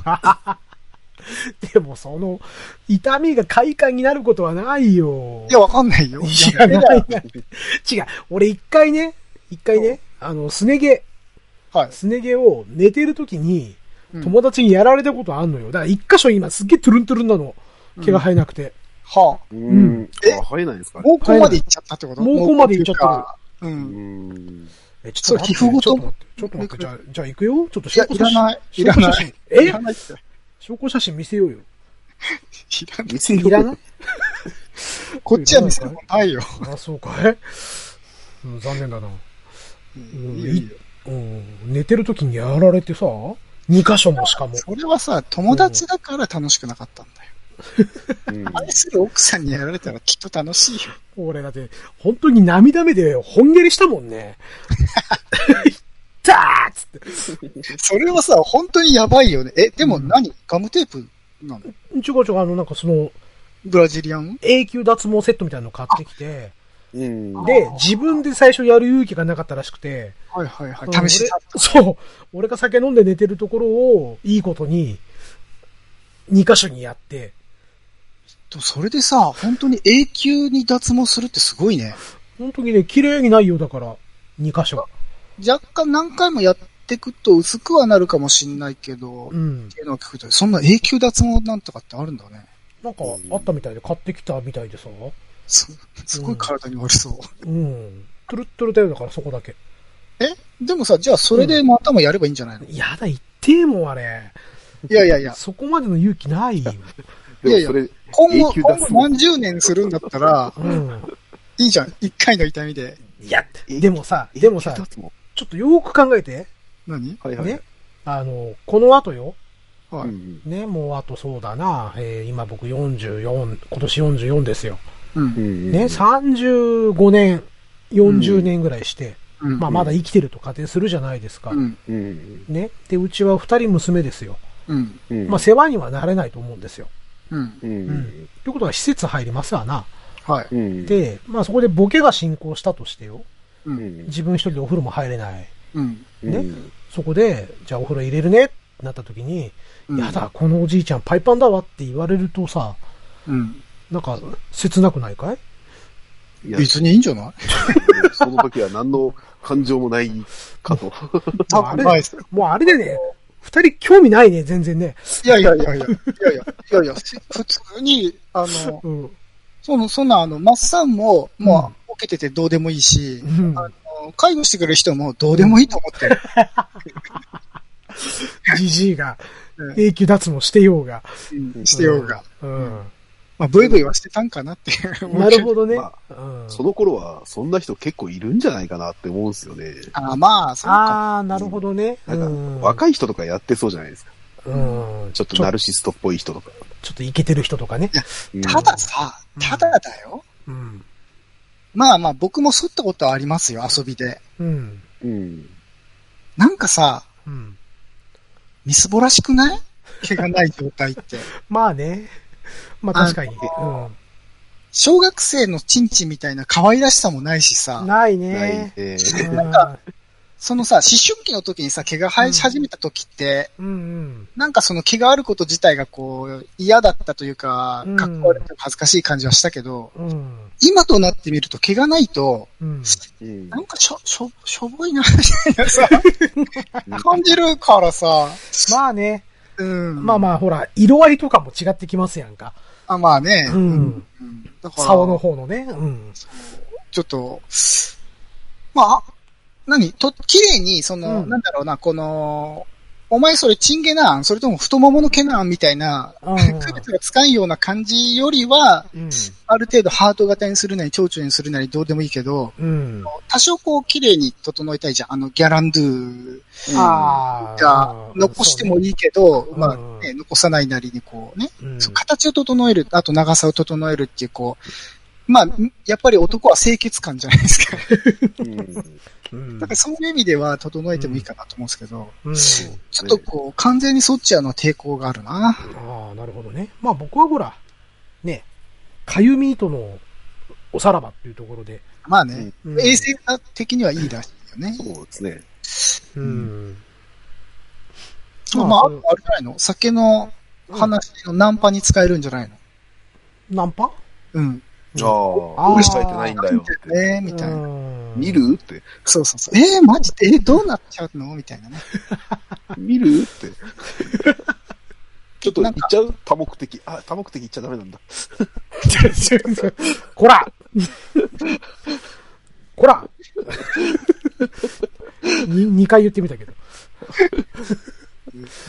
Speaker 1: でもその、痛みが快感になることはないよ。
Speaker 2: いや、わかんないよ。
Speaker 1: いや、ないない。違う。俺一回ね、一回ね、あの、すね毛、
Speaker 2: はい。
Speaker 1: すね毛を寝てる時に、
Speaker 2: うん
Speaker 1: 友達にやられたことあんのよ。だから一箇所今すっげえトゥルントゥルンなの。毛が生えなくて。
Speaker 2: は
Speaker 4: う
Speaker 1: うん
Speaker 4: ん。あ、生えないんですか
Speaker 2: あ、
Speaker 4: ね。
Speaker 2: 毛根まで行っちゃったってこと
Speaker 1: 毛根まで行っちゃ
Speaker 2: ってる。う。
Speaker 4: うんん。
Speaker 1: え、ちょっと待って、
Speaker 2: それ皮膚ごと
Speaker 1: ちょっと待って、ちょっと待って、じゃあ、じゃあ行くよ。ちょっと
Speaker 2: いや、い
Speaker 1: 写
Speaker 2: ら
Speaker 1: 真。
Speaker 2: ない。いらない。
Speaker 1: え
Speaker 2: いらないって。
Speaker 1: 証拠写真見せようよ。
Speaker 2: いらない。
Speaker 4: 見せ
Speaker 1: いらない
Speaker 2: こっちは見せるもんないよ。
Speaker 1: あ、そうか。え、うん、残念だな。ん
Speaker 2: いいよいいよ
Speaker 1: うん、寝てる時にやられてさ、二箇所もしかも。
Speaker 2: それはさ、友達だから楽しくなかったんだよ。
Speaker 4: うん
Speaker 2: 愛する奥さんにやられたらきっと楽しいよ。
Speaker 1: 俺だって、本当に涙目で本蹴りしたもんね。 いったーっつって。
Speaker 2: それはさ、本当にやばいよね。え、でも
Speaker 1: うん
Speaker 2: 何、ガムテープなの
Speaker 1: ちょこちょこあの、なんかその、
Speaker 2: ブラジリアン
Speaker 1: 永久脱毛セットみたいなの買ってきて、
Speaker 4: うん。
Speaker 1: で、自分で最初やる勇気がなかったらしくて、
Speaker 2: はいはいは
Speaker 1: うん
Speaker 2: い。試し
Speaker 1: 俺
Speaker 2: た。
Speaker 1: そう。俺が酒飲んで寝てるところを、いいことに、2箇所にやって、
Speaker 2: とそれでさ、本当に永久に脱毛するってすごいね。
Speaker 1: 本当にね、綺麗にないようだから、2箇所。
Speaker 2: 若干何回もやってくと薄くはなるかもしんないけど、
Speaker 1: う
Speaker 2: っ
Speaker 1: ん。
Speaker 2: ていうのは聞くと、そんな永久脱毛なんとかってあるんだね。
Speaker 1: なんか、あったみたいで、買ってきたみたいでさ、
Speaker 2: すすごい体に悪そう。
Speaker 1: うん。トゥルットゥルだよだから、そこだけ。
Speaker 2: でもさ、じゃあそれでまたもやればいいんじゃないの、い
Speaker 1: やだ、言ってえもん、あれ。
Speaker 2: やいやいや、
Speaker 1: そこまでの勇気ないよ。
Speaker 2: いやい
Speaker 4: で
Speaker 2: や
Speaker 4: もそれ、
Speaker 2: 今後、
Speaker 4: 永久
Speaker 2: 今
Speaker 4: 脱毛
Speaker 2: 後何十年するんだったら、
Speaker 1: うん。
Speaker 2: いいじゃん。一回の痛みで。
Speaker 1: いや、でもさ、でもさ
Speaker 4: 永久、脱毛
Speaker 1: ちょっとよーく考えて、
Speaker 2: 何
Speaker 4: はいはい。
Speaker 1: ね。あの、この後よ、
Speaker 2: は
Speaker 4: う
Speaker 2: い。
Speaker 4: ん。
Speaker 1: ね、もうあとそうだな、えー今僕44、今年44ですよ。
Speaker 2: うん。
Speaker 4: うん
Speaker 1: ね、35年、40年ぐらいして、
Speaker 2: うん。うん
Speaker 1: まあ、まだ生きてると仮定するじゃないですか。
Speaker 2: うん。
Speaker 4: うん。
Speaker 1: ね。で、うちは二人娘ですよ。
Speaker 2: うん。
Speaker 4: うん。
Speaker 1: まあ、世話にはなれないと思うんですよ。
Speaker 2: うん。
Speaker 4: う。
Speaker 1: うんん。ということは、施設入りますわな。
Speaker 2: はい。
Speaker 4: うん。、
Speaker 1: で、まあ、そこでボケが進行したとしてよ。
Speaker 2: う。
Speaker 4: うんん。
Speaker 1: 自分一人でお風呂も入れない。
Speaker 2: うん。
Speaker 1: ねそこで、じゃあお風呂入れるねってなった時に、
Speaker 2: うん
Speaker 1: やだ、このおじいちゃんパイパンだわって言われるとさ、
Speaker 2: うん。
Speaker 1: なんか、切なくないかい
Speaker 4: いや、
Speaker 2: 別にいいんじゃない
Speaker 4: その時は何の感情もないかと。
Speaker 2: 多
Speaker 1: あ
Speaker 2: 分
Speaker 1: れ
Speaker 2: ないです。
Speaker 1: もうあれでね、二人興味ないね、全然ね。
Speaker 2: いやいやいやいや、いやいや、いやいや、せ普通に、あの、
Speaker 1: うん。
Speaker 2: その、そんな、あの、マッサンも、もう、受けててどうでもいいし、
Speaker 1: うん
Speaker 2: あの、介護してくれる人もどうでもいいと思ってる。
Speaker 1: じじいが
Speaker 2: う、ん
Speaker 1: 永久脱毛してようが。
Speaker 2: うんしてようが。
Speaker 1: うん。
Speaker 2: まあ、ブイブイはしてたんかなっていう。
Speaker 1: なるほどね。
Speaker 4: ま
Speaker 1: うん
Speaker 4: その頃は、そんな人結構いるんじゃないかなって思うんですよね。
Speaker 2: あまあ、そうか。
Speaker 1: ああ、なるほどね。
Speaker 4: なんか、
Speaker 1: い。
Speaker 4: 若い人とかやってそうじゃないですか。
Speaker 1: うん。
Speaker 4: ちょっとナルシストっぽい人とか。
Speaker 1: ちょっとイケてる人とかね。
Speaker 4: うん
Speaker 2: たださ、ただだよ。
Speaker 1: うん。
Speaker 2: まあまあ、僕も剃ったことはありますよ、遊びで。
Speaker 1: うん。
Speaker 4: うん。
Speaker 2: なんかさ、
Speaker 1: うん。
Speaker 2: みすぼらしくない毛がない状態って。
Speaker 1: まあね。まあ確かに。
Speaker 2: 小学生のチンチンみたいな可愛らしさもないし
Speaker 1: う
Speaker 2: さ
Speaker 1: ん。、ない
Speaker 4: ない
Speaker 1: ね。。
Speaker 4: え
Speaker 2: そのさ、思春期の時にさ、毛が生え始めた時って、
Speaker 1: うんうん。
Speaker 2: なんかその毛があること自体がこう、嫌だったというか
Speaker 1: うん、
Speaker 2: かっこ悪くて恥ずかしい感じはしたけど、
Speaker 1: うん。うん
Speaker 2: 今となってみると毛がないと、
Speaker 1: うん。
Speaker 4: うん
Speaker 2: なんかしょ、しょ、しょぼいな、みたいなさ、 感じるからさ、
Speaker 1: まあね。
Speaker 2: うん。
Speaker 1: まあ
Speaker 2: ま
Speaker 1: まあ、ほら、色合いとかも違ってきますやんか。
Speaker 2: あ。まあね、
Speaker 1: うん
Speaker 2: うんだから、
Speaker 1: 竿の方のね。うん。
Speaker 2: ちょっと、まあ、何と、綺麗に、その、
Speaker 1: うん
Speaker 2: なんだろうな、この、お前それチン毛なんそれとも太ももの毛なんみたいな、
Speaker 1: うん
Speaker 2: 区別がつかんような感じよりは、
Speaker 1: うん。
Speaker 2: ある程度ハート型にするなり、蝶々にするなり、どうでもいいけど、
Speaker 1: うん。
Speaker 2: 多少こう、綺麗に整えたいじゃん。あの、ギャランドゥ
Speaker 1: あ
Speaker 2: が残してもいいけど、
Speaker 1: うん
Speaker 2: まあ、ね、残さないなりにこうね、
Speaker 1: うん。
Speaker 2: そう形を整える、あと長さを整えるっていう、こう、まあ、やっぱり男は清潔感じゃないですか。
Speaker 4: うん
Speaker 1: うん
Speaker 2: だからそういう意味では整えてもいいかなと思うんですけど、
Speaker 1: うん
Speaker 2: ちょっとこう、完全にそっちはの抵抗があるな。
Speaker 1: ああ、なるほどね。まあ僕はほら、ね、かゆみとのおさらばっていうところで。
Speaker 2: まあね、
Speaker 1: うん
Speaker 2: 衛生的にはいいらしいよね。
Speaker 4: そうですね。
Speaker 1: うん。
Speaker 2: まあ、
Speaker 1: まあ
Speaker 2: あとあれじゃないの酒の話のナンパに使えるんじゃないの
Speaker 1: ナンパ
Speaker 2: うん。
Speaker 1: あ
Speaker 4: ああ、
Speaker 1: ー
Speaker 4: 俺したいてないんだよって。
Speaker 2: ねえ、みたいな。
Speaker 1: うん
Speaker 4: 見るって。
Speaker 2: そうそうそう。えー、マジでえー、どうなっちゃうのみたいなね。
Speaker 4: 見るって。ちょっと行っちゃう多目的。あ、多目的行っちゃダメなんだ。
Speaker 1: こらこらに二回言ってみたけど。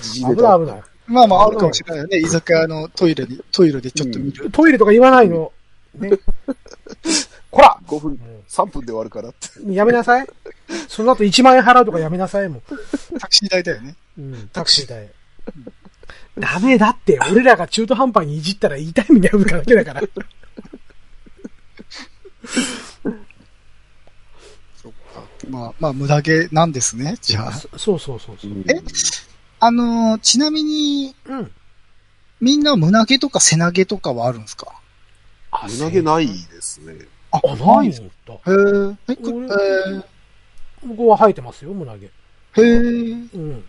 Speaker 4: じじ
Speaker 1: 危
Speaker 4: ネ
Speaker 1: な
Speaker 4: タ
Speaker 1: い危な
Speaker 2: まあまあ、あるかもしれないよね。居酒屋のトイレに、トイレでちょっと見る。
Speaker 1: い。トイレとか言わないの。ね。こら
Speaker 4: 5分、3分で終わるからって。
Speaker 1: やめなさい。その後1万円払うとかやめなさいもん。
Speaker 2: タクシー代だよね。
Speaker 1: うん、タクシー代。ダメだって、俺らが中途半端にいじったら痛い目に遭うだけだから。
Speaker 2: まあまあ、無駄毛なんですね。じゃあ。
Speaker 1: そうそうそうそう。
Speaker 2: えあのーちなみに、
Speaker 1: うん。
Speaker 2: みんな胸毛とか背投げとかはあるんですか
Speaker 1: あ
Speaker 4: 胸毛ないですね。
Speaker 2: あ
Speaker 1: あ、ないんだ。
Speaker 2: へーえ。く
Speaker 1: 俺
Speaker 2: え
Speaker 1: 僕は生えてますよ、胸毛。
Speaker 2: ーへー
Speaker 1: うん。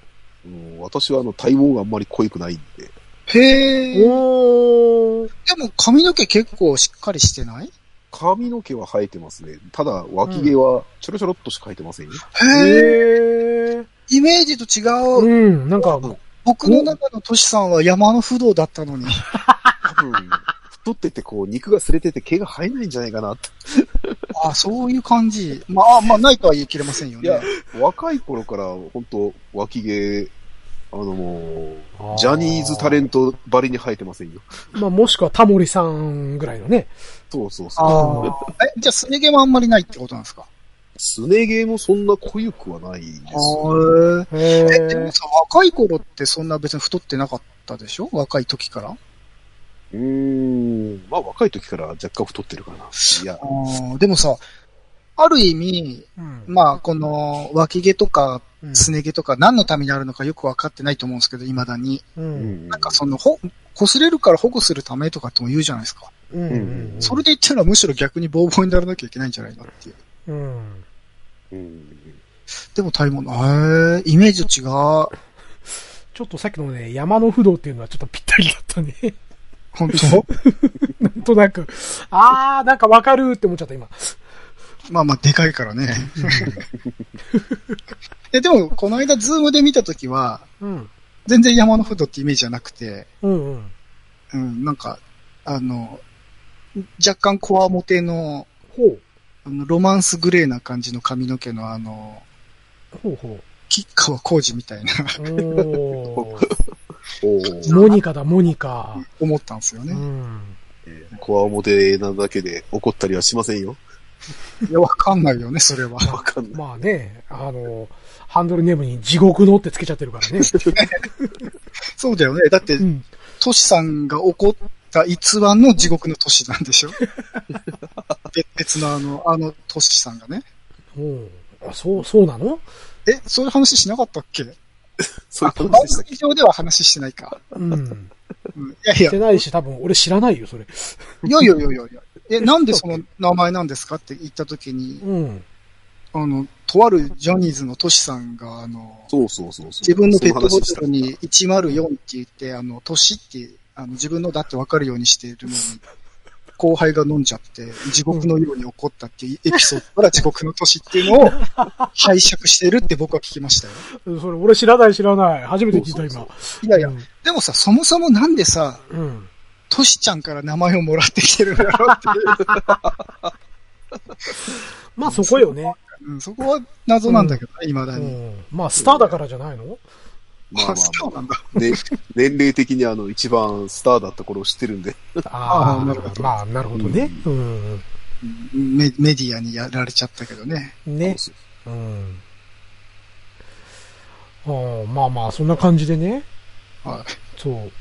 Speaker 4: うん私はあの、体毛があんまり濃いくないんで。
Speaker 2: へー
Speaker 1: おー。
Speaker 2: でも髪の毛結構しっかりしてない
Speaker 4: 髪の毛は生えてますね。ただ、脇毛はちょろちょろっとしか生えてませんよ。
Speaker 2: へえ。
Speaker 1: へー。
Speaker 2: イメージと違う。
Speaker 1: うん、なんか、
Speaker 2: 僕の中のトシさんは山の不動だったのに。
Speaker 4: 多分、太っててこう、肉が擦れてて毛が生えないんじゃないかなって。
Speaker 2: あ、そういう感じ。まあ、まあ、ないとは言い切れませんよ
Speaker 4: い
Speaker 2: ね
Speaker 4: や。、若い頃から、本当脇毛、あのも
Speaker 1: あー
Speaker 4: う、ジャニーズタレントばりに生えてませんよ。
Speaker 1: まあ、もしくはタモリさんぐらいのね。
Speaker 4: そうそうそう。
Speaker 2: ああ。え、じゃあ、すね毛はあんまりないってことなんですか
Speaker 4: すね毛もそんな濃ゆくはないです。
Speaker 2: は
Speaker 1: へ
Speaker 2: え、でも
Speaker 1: ー。
Speaker 2: さ、若い頃ってそんな別に太ってなかったでしょ若い時から。
Speaker 4: うーん。まあ若い時から若干太ってるかな。いや
Speaker 2: あ、ーでもさ、ある意味、
Speaker 1: うん。
Speaker 2: まあ、この脇毛とか、
Speaker 1: うん
Speaker 2: すね毛とか、何のためにあるのかよく分かってないと思うんですけど、未だに。
Speaker 1: う。
Speaker 4: うんん
Speaker 2: なんかその、ほ、擦れるから保護するためとかっても言うじゃないですか。
Speaker 1: うん。うん。
Speaker 2: それで言ったらむしろ逆にボーボーにならなきゃいけないんじゃないかっていう。
Speaker 1: うん。
Speaker 4: うん
Speaker 2: でも体毛の、へえ、イメージと違う。
Speaker 1: ちょっとさっきのね、山の不動っていうのはちょっとぴったりだったね。
Speaker 2: 本当
Speaker 1: なんとなく。あー、なんかわかるって思っちゃった、今。
Speaker 2: まあまあ、でかいか らね。えでも、この間、ズームで見たときは、
Speaker 1: うん。
Speaker 2: 全然山のフードってイメージじゃなくて、
Speaker 1: うんうん。
Speaker 2: うん、なんか、あの、若干コアモテの、
Speaker 1: ほう。
Speaker 2: あのロマンスグレーな感じの髪の毛のあの、
Speaker 1: ほうほ
Speaker 2: 吉川浩二みたいな
Speaker 1: う。おー。
Speaker 4: おー
Speaker 1: モニカだ、モニカ。
Speaker 2: 思ったんですよ
Speaker 1: う
Speaker 2: ね。
Speaker 1: ん。
Speaker 4: コアモテなだけで怒ったりはしませんよ。
Speaker 2: いや、わかんないよね、それは。
Speaker 4: わかんない。
Speaker 1: まあね、あの、ハンドルネームに地獄のってつけちゃってるからね。
Speaker 2: そうだよね。だって
Speaker 1: う、ん。
Speaker 2: トシさんが怒った逸話の地獄のトシなんで しょ別別のあの、あのトシさんがね。
Speaker 1: もう、あそう、そうなの
Speaker 2: え、そういう話しなかったっけ
Speaker 4: そういう
Speaker 2: 番
Speaker 4: 話でしたっけ
Speaker 2: 組上では話してないか。
Speaker 1: うん。
Speaker 2: うん、いやい
Speaker 1: し、
Speaker 2: や
Speaker 1: てないし、多分俺知らないよ、それ。
Speaker 2: いやいやいやいやいや。え、なんでその名前なんですかって言った時に、
Speaker 1: うん。
Speaker 2: あの、とあるジャニーズのトシさんが、あの、
Speaker 4: そうそうそうそう。
Speaker 2: 自分のペットボ
Speaker 4: そ
Speaker 2: トル
Speaker 4: ういう話で
Speaker 2: に104って言って、あの、トシって、あの、自分のだってわかるようにしてるのに、後輩が飲んじゃって、地獄のように怒ったっていうエピソードから地獄のトシっていう のを拝借してるって僕は聞きましたよ。
Speaker 1: それ俺知らない知らない。初めて聞いた、
Speaker 4: そ
Speaker 1: 今。
Speaker 2: いやいや、でもさ、そもそもなんでさ、
Speaker 1: うん。
Speaker 2: トシちゃんから名前をもらってきてるんだ ろうっていう
Speaker 1: まあそこよね。
Speaker 2: うん、そこは謎なんだけどね、未だ
Speaker 1: う
Speaker 2: に。
Speaker 1: ん。まあスターだからじゃないの
Speaker 4: まあまあ
Speaker 2: あ、 そうなんだ。
Speaker 4: ね、 年齢的にあの、一番スターだった頃を知ってるんで。
Speaker 1: あ
Speaker 2: あ
Speaker 1: あ、
Speaker 2: ー
Speaker 1: な
Speaker 2: な
Speaker 1: るほ
Speaker 2: るほ
Speaker 1: ど。
Speaker 2: ど
Speaker 1: まあなるほどね。うん。
Speaker 2: メメディアにやられちゃったけどね。
Speaker 1: ね。うん。あーまあまあ、そんな感じでね。
Speaker 2: はい。
Speaker 1: そう。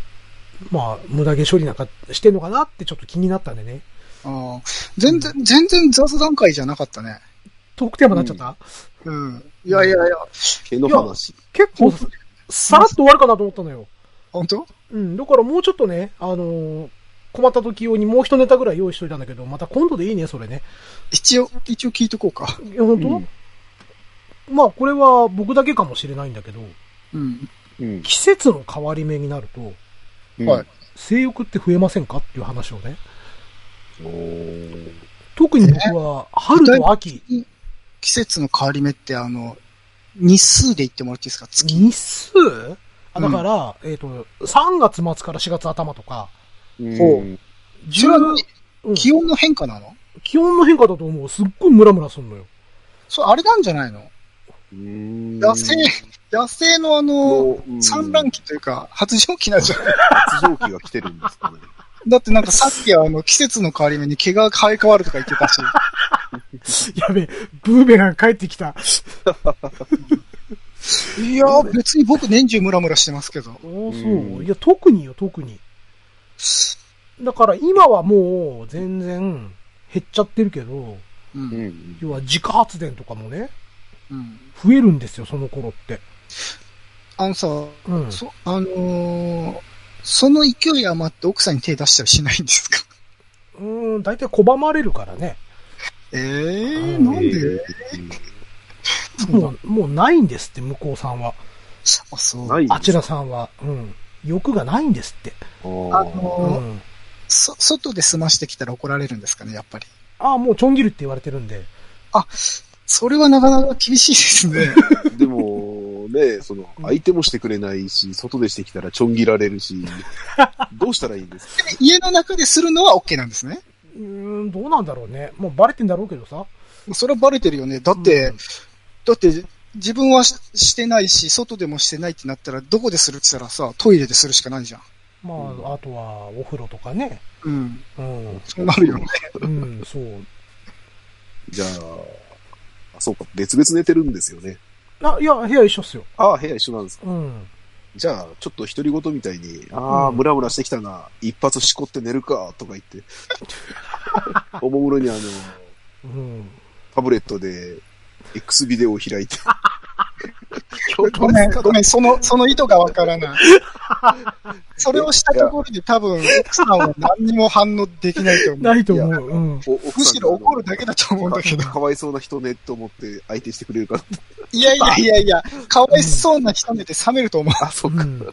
Speaker 1: まあ、無駄毛処理なんかしてんのかなってちょっと気になったんでね。
Speaker 2: ああ全然、全然雑談会じゃなかったね。
Speaker 1: トークテーマになっちゃった、
Speaker 2: うん。いやいやいや、
Speaker 4: 毛の話。
Speaker 1: 結構、さらっと終わるかなと思ったのよ。
Speaker 2: 本当
Speaker 1: うん、だからもうちょっとね、あのー困った時用にもう一ネタぐらい用意しといたんだけど、また今度でいいね、それね。
Speaker 2: 一応、一応聞いとこうか。
Speaker 1: いや、本当、まあ、これは僕だけかもしれないんだけど、
Speaker 2: うん。
Speaker 4: うん。
Speaker 1: 季節の変わり目になると、
Speaker 4: うん
Speaker 2: はい。
Speaker 1: 性欲って増えませんかっていう話をね。
Speaker 4: おー
Speaker 1: 特に僕は、春と秋、
Speaker 2: 季節の変わり目って、あの、日数で言ってもらっていいですか月。
Speaker 1: 日数あだから、えっ、と、3月末から4月頭とか、
Speaker 4: うん
Speaker 2: ほうそれは何
Speaker 1: うん
Speaker 2: 気温の変化なの
Speaker 1: 気温の変化だと思う。すっごいムラムラすんのよ。
Speaker 2: それあれなんじゃないの
Speaker 4: うん
Speaker 2: 野生、野生のあの、
Speaker 4: もううん
Speaker 2: 産卵期というか、発情期なんじゃない
Speaker 4: 発情期が来てるんですかね。
Speaker 2: だってなんかさっきあの、季節の変わり目に毛が生え変わるとか言って たし。
Speaker 1: やべえ、ブーメラン帰ってき た。
Speaker 2: いやー、別に僕年中ムラムラしてますけど。
Speaker 1: おー
Speaker 4: う
Speaker 1: そ
Speaker 4: ん
Speaker 1: う。いや、特によ、特に。だから今はもう全然減っちゃってるけど、
Speaker 2: う。
Speaker 4: うんん。
Speaker 1: 要は自家発電とかもね、
Speaker 2: うん。
Speaker 1: 増えるんですよ、その頃って。
Speaker 2: あのさ、
Speaker 1: うん。
Speaker 2: そ、あのーその勢い余って奥さんに手出したりしないんですか
Speaker 1: うん、大体拒まれるからね。
Speaker 2: ええ
Speaker 1: う
Speaker 2: ー、
Speaker 1: ん
Speaker 2: なんでそうな
Speaker 1: もう、もうないんですって、向こうさんは。
Speaker 2: あ、そう。
Speaker 4: ない
Speaker 1: あち
Speaker 4: ら。
Speaker 1: らさんは。うん。欲がないんですって。
Speaker 4: あ
Speaker 2: あ
Speaker 4: ー
Speaker 1: う
Speaker 2: のー
Speaker 1: ん。
Speaker 2: そ、外で済ましてきたら怒られるんですかね、やっぱり。
Speaker 1: ああ、もうちょん切るって言われてるんで。
Speaker 2: それはなかなか厳しいですね。
Speaker 4: でも、ね、その、相手もしてくれないし、外でしてきたらちょん切られるし、 どうしたらいいんですか
Speaker 2: 家の中でするのは OK なんですね。
Speaker 1: うーん、どうなんだろうね。もうバレてんだろうけどさ。
Speaker 2: それはバレてるよね。だって、だって、自分はししてないし、外でもしてないってなったら、どこでするって言ったらさ、トイレでするしかないじゃん。
Speaker 1: まあ、あとはお風呂とかね。
Speaker 2: うん。
Speaker 1: うん。
Speaker 2: そうなるよね。
Speaker 1: うん、そう。
Speaker 4: じゃあ、あそうか、別々寝てるんですよね。
Speaker 1: あ、いや、部屋一緒っすよ。
Speaker 4: ああ、部屋一緒なんですか。
Speaker 1: うん。
Speaker 4: じゃあ、ちょっと独り言みたいに、ああ、ムラムラしてきたな、一発しこって寝るか、とか言って、おもむろにあの、
Speaker 1: うん。
Speaker 4: タブレットで X ビデオを開いて。
Speaker 2: ごめん、ごめん、その、その意図がわから ない。それをしたところで多分、奥さんは何にも反応できないと思う。
Speaker 1: ないと思う。うん。
Speaker 4: お
Speaker 2: むしろ怒るだけだと思うんだけど。
Speaker 4: かわいそうな人ねと思って相手してくれるかな。
Speaker 2: いやいやいやいや、かわいそうな人見て冷めると思う。
Speaker 4: あ、そう
Speaker 1: う
Speaker 4: か。
Speaker 1: ん、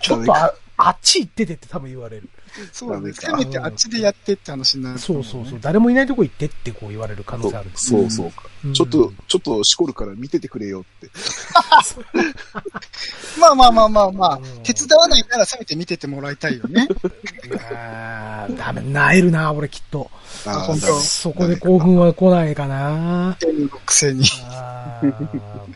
Speaker 1: ちょっとあ、あっち行っててって多分言われる。
Speaker 2: そうなんです。せめてあっちでやってって話になると
Speaker 1: そ
Speaker 2: 思
Speaker 1: う
Speaker 2: ね。
Speaker 1: そうそう。誰もいないとこ行ってってこう言われる可能性ある。
Speaker 4: そうそうか。
Speaker 1: うん
Speaker 4: ちょっと、ちょっとしこるから見ててくれよって。
Speaker 2: まあまあまあまあまあ、
Speaker 1: うん
Speaker 2: 手伝わないならせめて見ててもらいたいよ ね。
Speaker 1: あーダメ、なえるな、俺きっと。
Speaker 2: あ
Speaker 4: ー
Speaker 2: 本当
Speaker 4: だ
Speaker 1: そこで興奮は来ないかな。
Speaker 2: 天のくせに。
Speaker 1: あー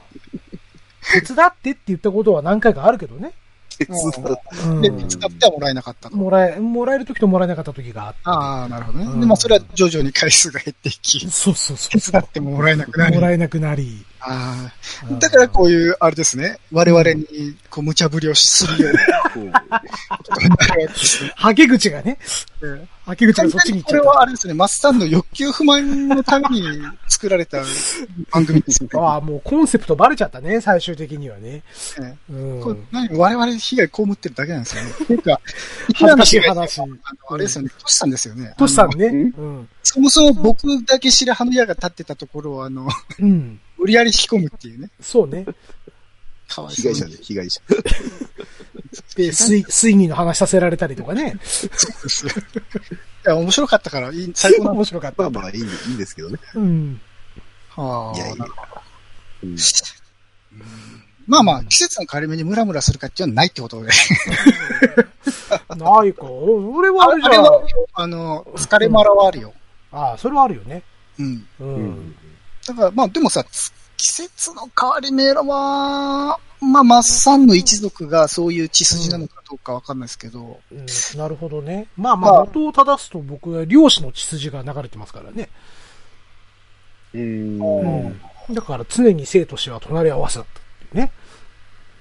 Speaker 1: 手伝ってって言ったことは何回かあるけどね。
Speaker 4: 手伝う
Speaker 1: うん
Speaker 2: で、手伝ってはもらえなかったの。
Speaker 1: もらえ、もらえる時ともらえなかった時があって。
Speaker 2: ああ、なるほど
Speaker 1: うん
Speaker 2: ね。で、まあそれは徐々に回数が減っていき、
Speaker 1: そうそうそう
Speaker 2: 手
Speaker 1: そう
Speaker 2: 伝。ってももらえなくなり
Speaker 1: も。らえなくなり。
Speaker 2: ああだからこういう、あれですね、我々にこう無茶ぶりをするような
Speaker 4: こ
Speaker 2: ことになるわけですね。
Speaker 1: うん、はけ口がね、はけ口がそっちに行っ
Speaker 2: こ
Speaker 1: ちゃっ
Speaker 2: れはあれですね、マスさんの欲求不満のために作られた番組ですよ
Speaker 1: た。ああ、もうコンセプトバレちゃったね、最終的にはね。
Speaker 2: ね。
Speaker 1: うん
Speaker 2: これ。何我々被害被ってるだけなんですよね。っていうか、
Speaker 1: 恥ずかしい話
Speaker 2: あのあれですよね、トシさんですよね。
Speaker 1: トシさん
Speaker 2: あの
Speaker 1: ね。うん。
Speaker 2: そもそも僕だけ白羽の矢が立ってたところを、あの、
Speaker 1: うん。
Speaker 2: 無理やり引き込むっていうね。
Speaker 1: そうね。
Speaker 2: かわ
Speaker 4: う
Speaker 2: い
Speaker 4: 被
Speaker 2: そう
Speaker 4: 害
Speaker 2: に。
Speaker 4: 者で、被害者。
Speaker 1: で、水、水銀の話させられたりとかね。
Speaker 2: そうですよいや、面白かったから、いい最高な の。
Speaker 1: 面白かっ
Speaker 4: まあ
Speaker 1: た。
Speaker 4: まあ、いい、いいんですけどね。
Speaker 1: うん。
Speaker 2: あ
Speaker 4: いやいや
Speaker 2: あ、なるほど
Speaker 4: うん
Speaker 2: まあまあ、季節の変わり目にムラムラするかっていうのはないってことで。
Speaker 1: ないか。俺は
Speaker 2: あ
Speaker 1: あれじ
Speaker 2: あれ
Speaker 1: ゃ
Speaker 2: はあるよ、あの、疲れも現れるよ。
Speaker 1: あ。ああ、それはあるよね。
Speaker 2: うん。
Speaker 1: うん。
Speaker 4: うん
Speaker 2: だから、まあでもさ、つ季節の変わり目は、まあ、マッサンの一族がそういう血筋なのかどうかわかんないですけど、
Speaker 1: うんなるほどね。まあまあ、元を正すと僕は漁師の血筋が流れてますからね。
Speaker 4: うん。
Speaker 1: だから常に生と死は隣り合わせだったっていうね。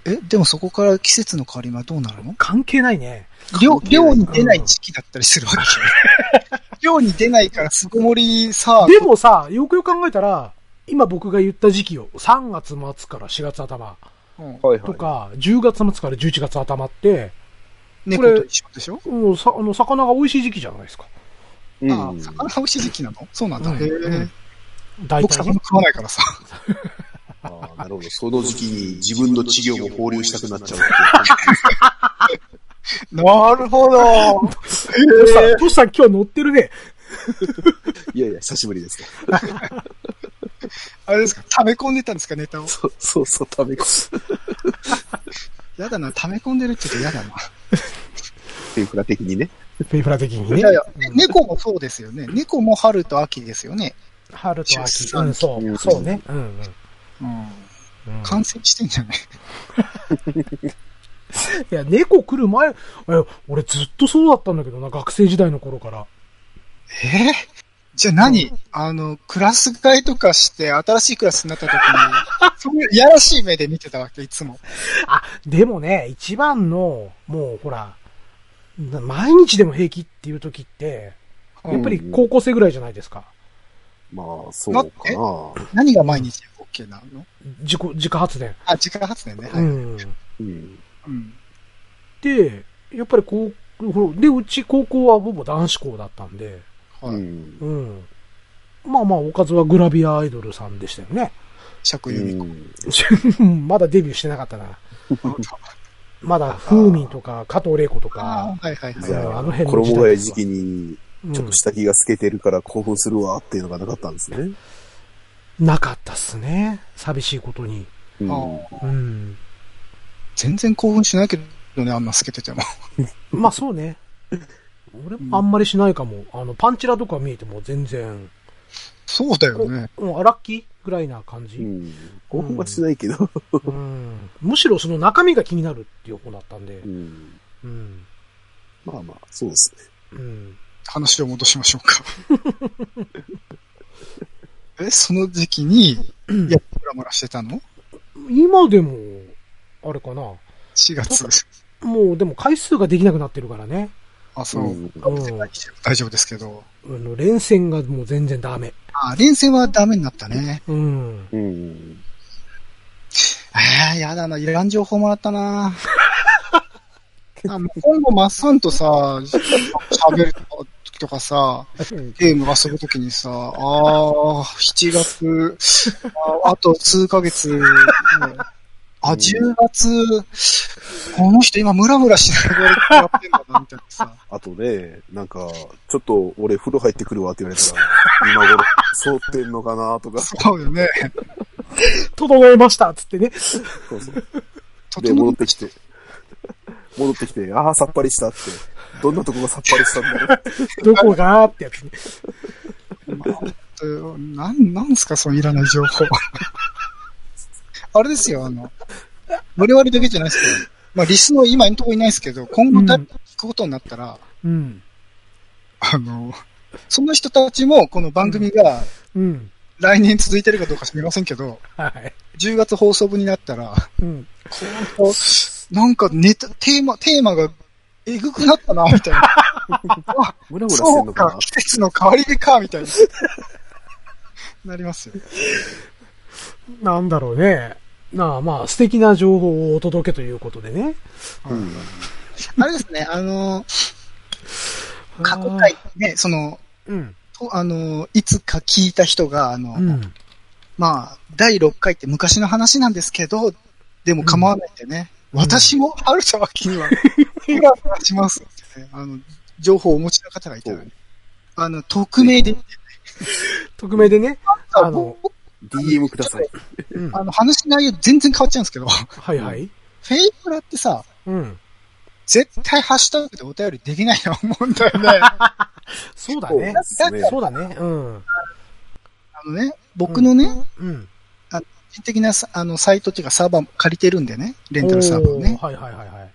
Speaker 2: え、でもそこから季節の変わり目はどうなるの
Speaker 1: 関係ないね。
Speaker 2: 漁、漁に出ない時期だったりするわけ じゃん漁に出ないから巣ごもりさ、
Speaker 1: でもさ、よくよく考えたら、今僕が言った時期を3月末から4月頭
Speaker 2: うん
Speaker 4: はいは
Speaker 1: と
Speaker 4: い。
Speaker 1: か、10月末から11月頭って、
Speaker 2: 猫
Speaker 1: これ
Speaker 2: と一緒でしょ
Speaker 1: うん、さあの魚が美味しい時期じゃないですか。
Speaker 4: うん
Speaker 2: ああ、魚美味しい時期なのそうなんだ。
Speaker 1: うん
Speaker 2: へえ、
Speaker 1: うん大
Speaker 2: 僕
Speaker 1: 体
Speaker 2: 魚
Speaker 1: ね。
Speaker 2: 食わないからさ。
Speaker 4: あ あなるほど。その時期に自分の治療も放流したくなっ ちゃうって
Speaker 2: なるほど。
Speaker 1: トシさん、トシさん今日乗ってるね。
Speaker 4: いう。いやいや、久しぶりですね。
Speaker 2: あれですか、溜め込んでたんですか、ネタを。
Speaker 4: そうそうそう、食べこ
Speaker 2: やだな、溜め込んでるって言うとやだな。
Speaker 4: 天ぷら的にね。
Speaker 1: ペイフラ的にね。
Speaker 2: いやいや
Speaker 1: う、ん
Speaker 2: 猫もそうですよね。猫も春と秋ですよね。
Speaker 1: 春と
Speaker 2: 出
Speaker 1: 秋。う
Speaker 2: 産
Speaker 1: ん、そ
Speaker 4: うん
Speaker 1: う、そうね。うん、うん。
Speaker 2: うん。
Speaker 1: うん
Speaker 2: 感染してんじゃない
Speaker 1: いや、猫来る前、え俺ずっとそうだったんだけどな、学生時代の頃から。
Speaker 2: えじゃあ何あの、クラス替えとかして、新しいクラスにな った時に、そういういやらしい目で見てたわけ、いつも。
Speaker 1: あ、でもね、一番の、もうほら、な毎日でも平気っていう時って、
Speaker 2: うん
Speaker 1: やっぱり高校生ぐらいじゃないですか。
Speaker 4: まあ、そうかな。
Speaker 2: 何が毎日 OK なの
Speaker 1: 自己、自家発電。
Speaker 2: あ、自家発電ね。は
Speaker 1: う
Speaker 2: い。
Speaker 1: ん。
Speaker 4: うん。
Speaker 2: うん
Speaker 1: で、やっぱりこう、ほらで、うち高校はほぼ男子校だったんで、
Speaker 2: は
Speaker 4: う
Speaker 2: い。
Speaker 4: ん。
Speaker 1: うん。まあまあ、おかずはグラビアアイドルさんでしたよね。
Speaker 2: 釈由美子。
Speaker 1: まだデビューしてなかった な。まだ、風ーとか、加藤玲子と
Speaker 2: あ
Speaker 1: か、
Speaker 2: あ、はいはいはい。
Speaker 4: じゃ
Speaker 1: あ
Speaker 4: あ
Speaker 1: の、辺の時代
Speaker 4: 衣替え時期に、ちょっ
Speaker 1: うん
Speaker 4: と下着が透けてるから興奮するわっていうのがなかったんですね。
Speaker 1: なかったっすね。寂しいことに。
Speaker 4: うん。
Speaker 2: あ
Speaker 1: うん。
Speaker 2: 全然興奮しないけどね、あんな透けてても。
Speaker 1: まあそうね。俺もあんまりしないかも。あの、パンチラとか見えても全然、
Speaker 2: そうだよね。
Speaker 1: うん、ラッキーぐらいな感
Speaker 4: う
Speaker 1: じ。
Speaker 4: ん。興奮はしないけど。
Speaker 1: うん。むしろその中身が気になるっていう方だったんで
Speaker 4: う。ん。
Speaker 1: うん。
Speaker 4: まあまあ、そうですね。
Speaker 1: うん。
Speaker 2: 話を戻しましょうか。 え、その時期に、いや、ムラムラしてたの
Speaker 1: 今でも、あれかな。
Speaker 2: ?4 月。
Speaker 1: もうでも回数ができなくなってるからね。
Speaker 2: あ、そう。
Speaker 4: ん
Speaker 2: 大丈夫ですけど。
Speaker 1: うん。あの、連戦がもう全然ダメ。
Speaker 2: あ、連戦はダメになったね。
Speaker 1: うん。
Speaker 4: うん。
Speaker 2: ああ、やだな。いらん情報もらった な。あもう今後、マッサンとさ、喋る時とかさ、ゲーム遊ぶ時にさ、ああ、7月、あーあと数ヶ 月、ねあ、10月、この人今ムラムラしながらやってんだな、みたいなさ。
Speaker 4: あとね、なんか、ちょっと俺風呂入ってくるわって言われたら、今頃、そうってんのかな とか。
Speaker 2: そうよね。
Speaker 1: 整えましたっつってね。
Speaker 4: そうそう。で、
Speaker 2: 整
Speaker 4: 戻っ
Speaker 2: って
Speaker 4: きて、戻ってきて、ああ、さっぱりしたって。どんなとこがさっぱりしたんだろう。
Speaker 1: どこがってやつね。
Speaker 2: て、なん、なんすか、そのいらない情報。 あれですよ、あの、我々だけじゃないですけど、まあ、リスナー今のところいないですけど、今後だ、
Speaker 1: うん
Speaker 2: 聞くことになったら、
Speaker 1: うん。
Speaker 2: あの、その人たちも、この番組が
Speaker 1: うん。
Speaker 2: 来年続いてるかどうか知りませんけど、
Speaker 1: はい。
Speaker 2: 10月放送分になったら、
Speaker 1: うん。
Speaker 2: こうなんかネタ、テーマ、テーマが、えぐくなったな、みたいな。
Speaker 4: ムラムラして
Speaker 2: そ
Speaker 4: ん
Speaker 2: う
Speaker 4: のかな
Speaker 2: か、季節の変わり目か、みたい な。なりますよ。
Speaker 1: なんだろうね。なあまあ、素敵な情報をお届けということでね。
Speaker 4: うん。
Speaker 2: あれですね、あの、過去回、ね、その、
Speaker 1: うん。
Speaker 2: とあの、いつか聞いた人が、あの、
Speaker 1: うん。
Speaker 2: まあ、第6回って昔の話なんですけど、でも構わないんでね、私も春田脇には、ふらふらしますってね、あの、情報をお持ちの方がいたらね、あの、匿名で、
Speaker 1: 匿名でね。あ
Speaker 2: あ
Speaker 1: の
Speaker 2: の、
Speaker 4: DM ください。
Speaker 1: うん。
Speaker 2: あの話内容全然変わっちゃうんですけど、 フ
Speaker 1: はいはい。
Speaker 2: ェイクラってさ、
Speaker 1: うん。
Speaker 2: 絶対ハッシュタグでお便りできないと思うんだ よね。
Speaker 1: そうだね。
Speaker 4: そうですね
Speaker 1: そうだね。うん。
Speaker 2: あのね、僕のね、
Speaker 1: うん。
Speaker 2: 個人的なさあのサイトっていうかサーバーも借りてるんでね、レンタルサーバーをね
Speaker 1: お。はいはいはいはい。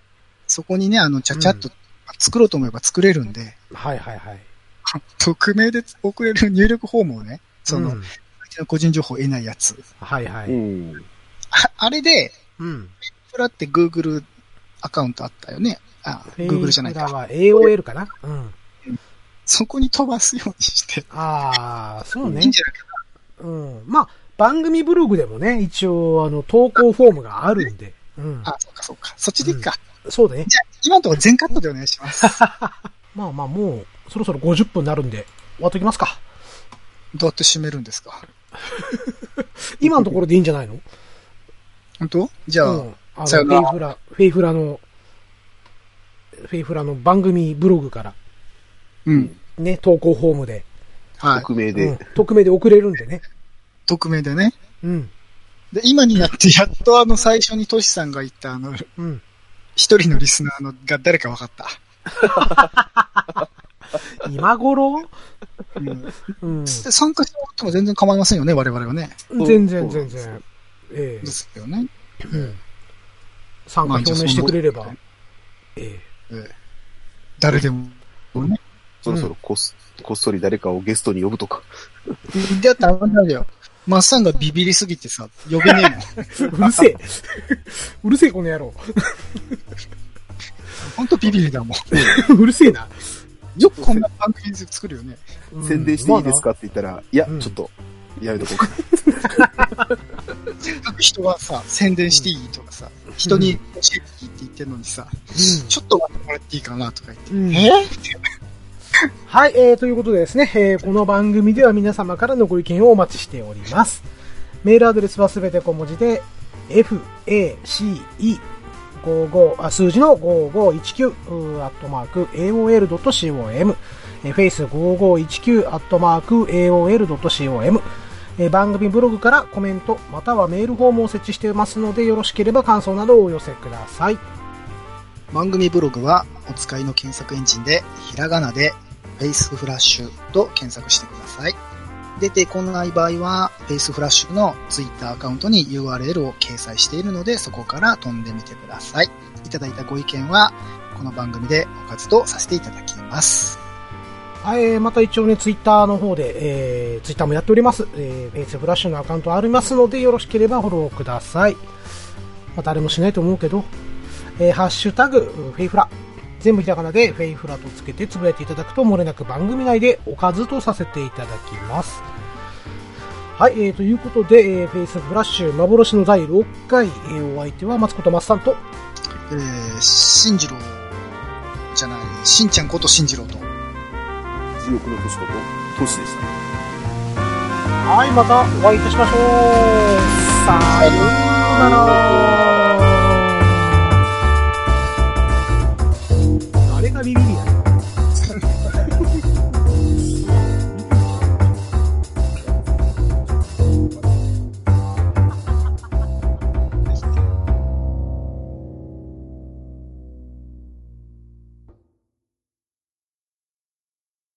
Speaker 2: そこにね、あの、ちゃちゃっと作ろうと思えば作れるんで、
Speaker 1: はいはいはい。
Speaker 2: 匿名で送れる入力フォームをね、その、
Speaker 1: う
Speaker 2: 相
Speaker 1: ん
Speaker 2: 手の個人情報を得ないやつ。
Speaker 1: はいは
Speaker 4: う
Speaker 1: い。
Speaker 4: ん。
Speaker 2: ああれで、
Speaker 1: うん。
Speaker 2: フラって Google アカウントあったよね。あ、Google じゃない
Speaker 1: フェイク
Speaker 2: か。
Speaker 1: ラは AOL かなうん。
Speaker 2: そこに飛ばすようにして。
Speaker 1: ああ、そうね
Speaker 2: いいん。じゃないか
Speaker 1: うん。まあ、番組ブログでもね、一応、あの、投稿フォームがあるんで。うん。
Speaker 2: な。あ、そうかそうか。そっちでいくか。
Speaker 1: そうだね。
Speaker 2: じゃあ、今のところ全カットでお願いします。
Speaker 1: まあまあ、もう、そろそろ50分になるんで、終わっときますか。
Speaker 2: どうやって締めるんですか
Speaker 1: 今のところでいいんじゃないの
Speaker 2: 本当じゃあ、
Speaker 1: うん。あの、
Speaker 2: さ
Speaker 1: フ
Speaker 2: よな
Speaker 1: ェイ
Speaker 2: ら
Speaker 1: フラ、フェイフラの、フェイフラの番組ブログから、
Speaker 2: うん。
Speaker 1: ね、投稿フォームで、
Speaker 2: はい。
Speaker 4: 匿名
Speaker 1: う
Speaker 4: で
Speaker 1: ん。、匿名で送れるんでね。
Speaker 2: 匿名でね。
Speaker 1: うん。
Speaker 2: で、今になってやっとあの最初にトシさんが言ったあの、
Speaker 1: うん。
Speaker 2: 一人のリスナーのが誰か分かった。
Speaker 1: 今頃
Speaker 2: うん、で
Speaker 1: うん。
Speaker 2: 参加してもらっても全然構いませんよね、我々はね。
Speaker 1: 全然
Speaker 4: そ
Speaker 1: 全
Speaker 4: う
Speaker 1: 然。ええ
Speaker 2: ですよね。
Speaker 1: うん。参加表明してくれれば。え
Speaker 2: 誰でも。ね。
Speaker 4: そろそろこっそこっそり誰かをゲストに呼ぶとか。
Speaker 2: で、あったらあんまりだよ。マッサンがビビりすぎてさ、呼べねえもん。
Speaker 1: えうるせえ。うるせえ、この野 郎。
Speaker 2: ほんとビビりだもん。
Speaker 1: うるせえな。
Speaker 2: よくこんな番組作るよね。
Speaker 1: うん
Speaker 4: 宣伝していいですかって言ったら、いや、
Speaker 1: うん
Speaker 4: ちょっと、やめとこうか。
Speaker 2: 人はさ、宣伝していいとかさ、人に教えていいって言ってるのにさ、ちょっと待ってもらっていいかなとか言って。
Speaker 1: うんうん
Speaker 2: え
Speaker 1: はい、えー、ということでですね、えーこの番組では皆様からのご意見をお待ちしております。メールアドレスはすべて小文字で、face、55あ数字の5519うーアットマーク aol.com えー face5519 アットマーク aol.com えー番組ブログからコメントまたはメールフォームを設置していますのでよろしければ感想などをお寄せください
Speaker 2: 番組ブログはお使いの検索エンジンでひらがなでフェイスフラッシュと検索してください。出てこない場合はフェイスフラッシュのツイッターアカウントに URL を掲載しているのでそこから飛んでみてください。いただいたご意見はこの番組でおかずとさせていただきます。
Speaker 1: はい、えーまた一応ね、ツイッターの方で、えー、ツイッターもやっております。えー、フェイスフラッシュのアカウントありますので、よろしければフォローください。まあ、誰もしないと思うけど、えー、ハッシュタグ、フェイフラ、全部ひらがなでフェイフラとつけてつぶやいていただくと漏れなく番組内でおかずとさせていただきます。はい、えー、ということで、えー、フェイスフラッシュ幻の第6回、えー、お相手は松子と松さんと、
Speaker 2: えー、新次郎じゃない、しんちゃんこと新次郎と。
Speaker 4: 記憶の年こと、トシでした。
Speaker 1: はい、またお会いいたしましょう。さようなら。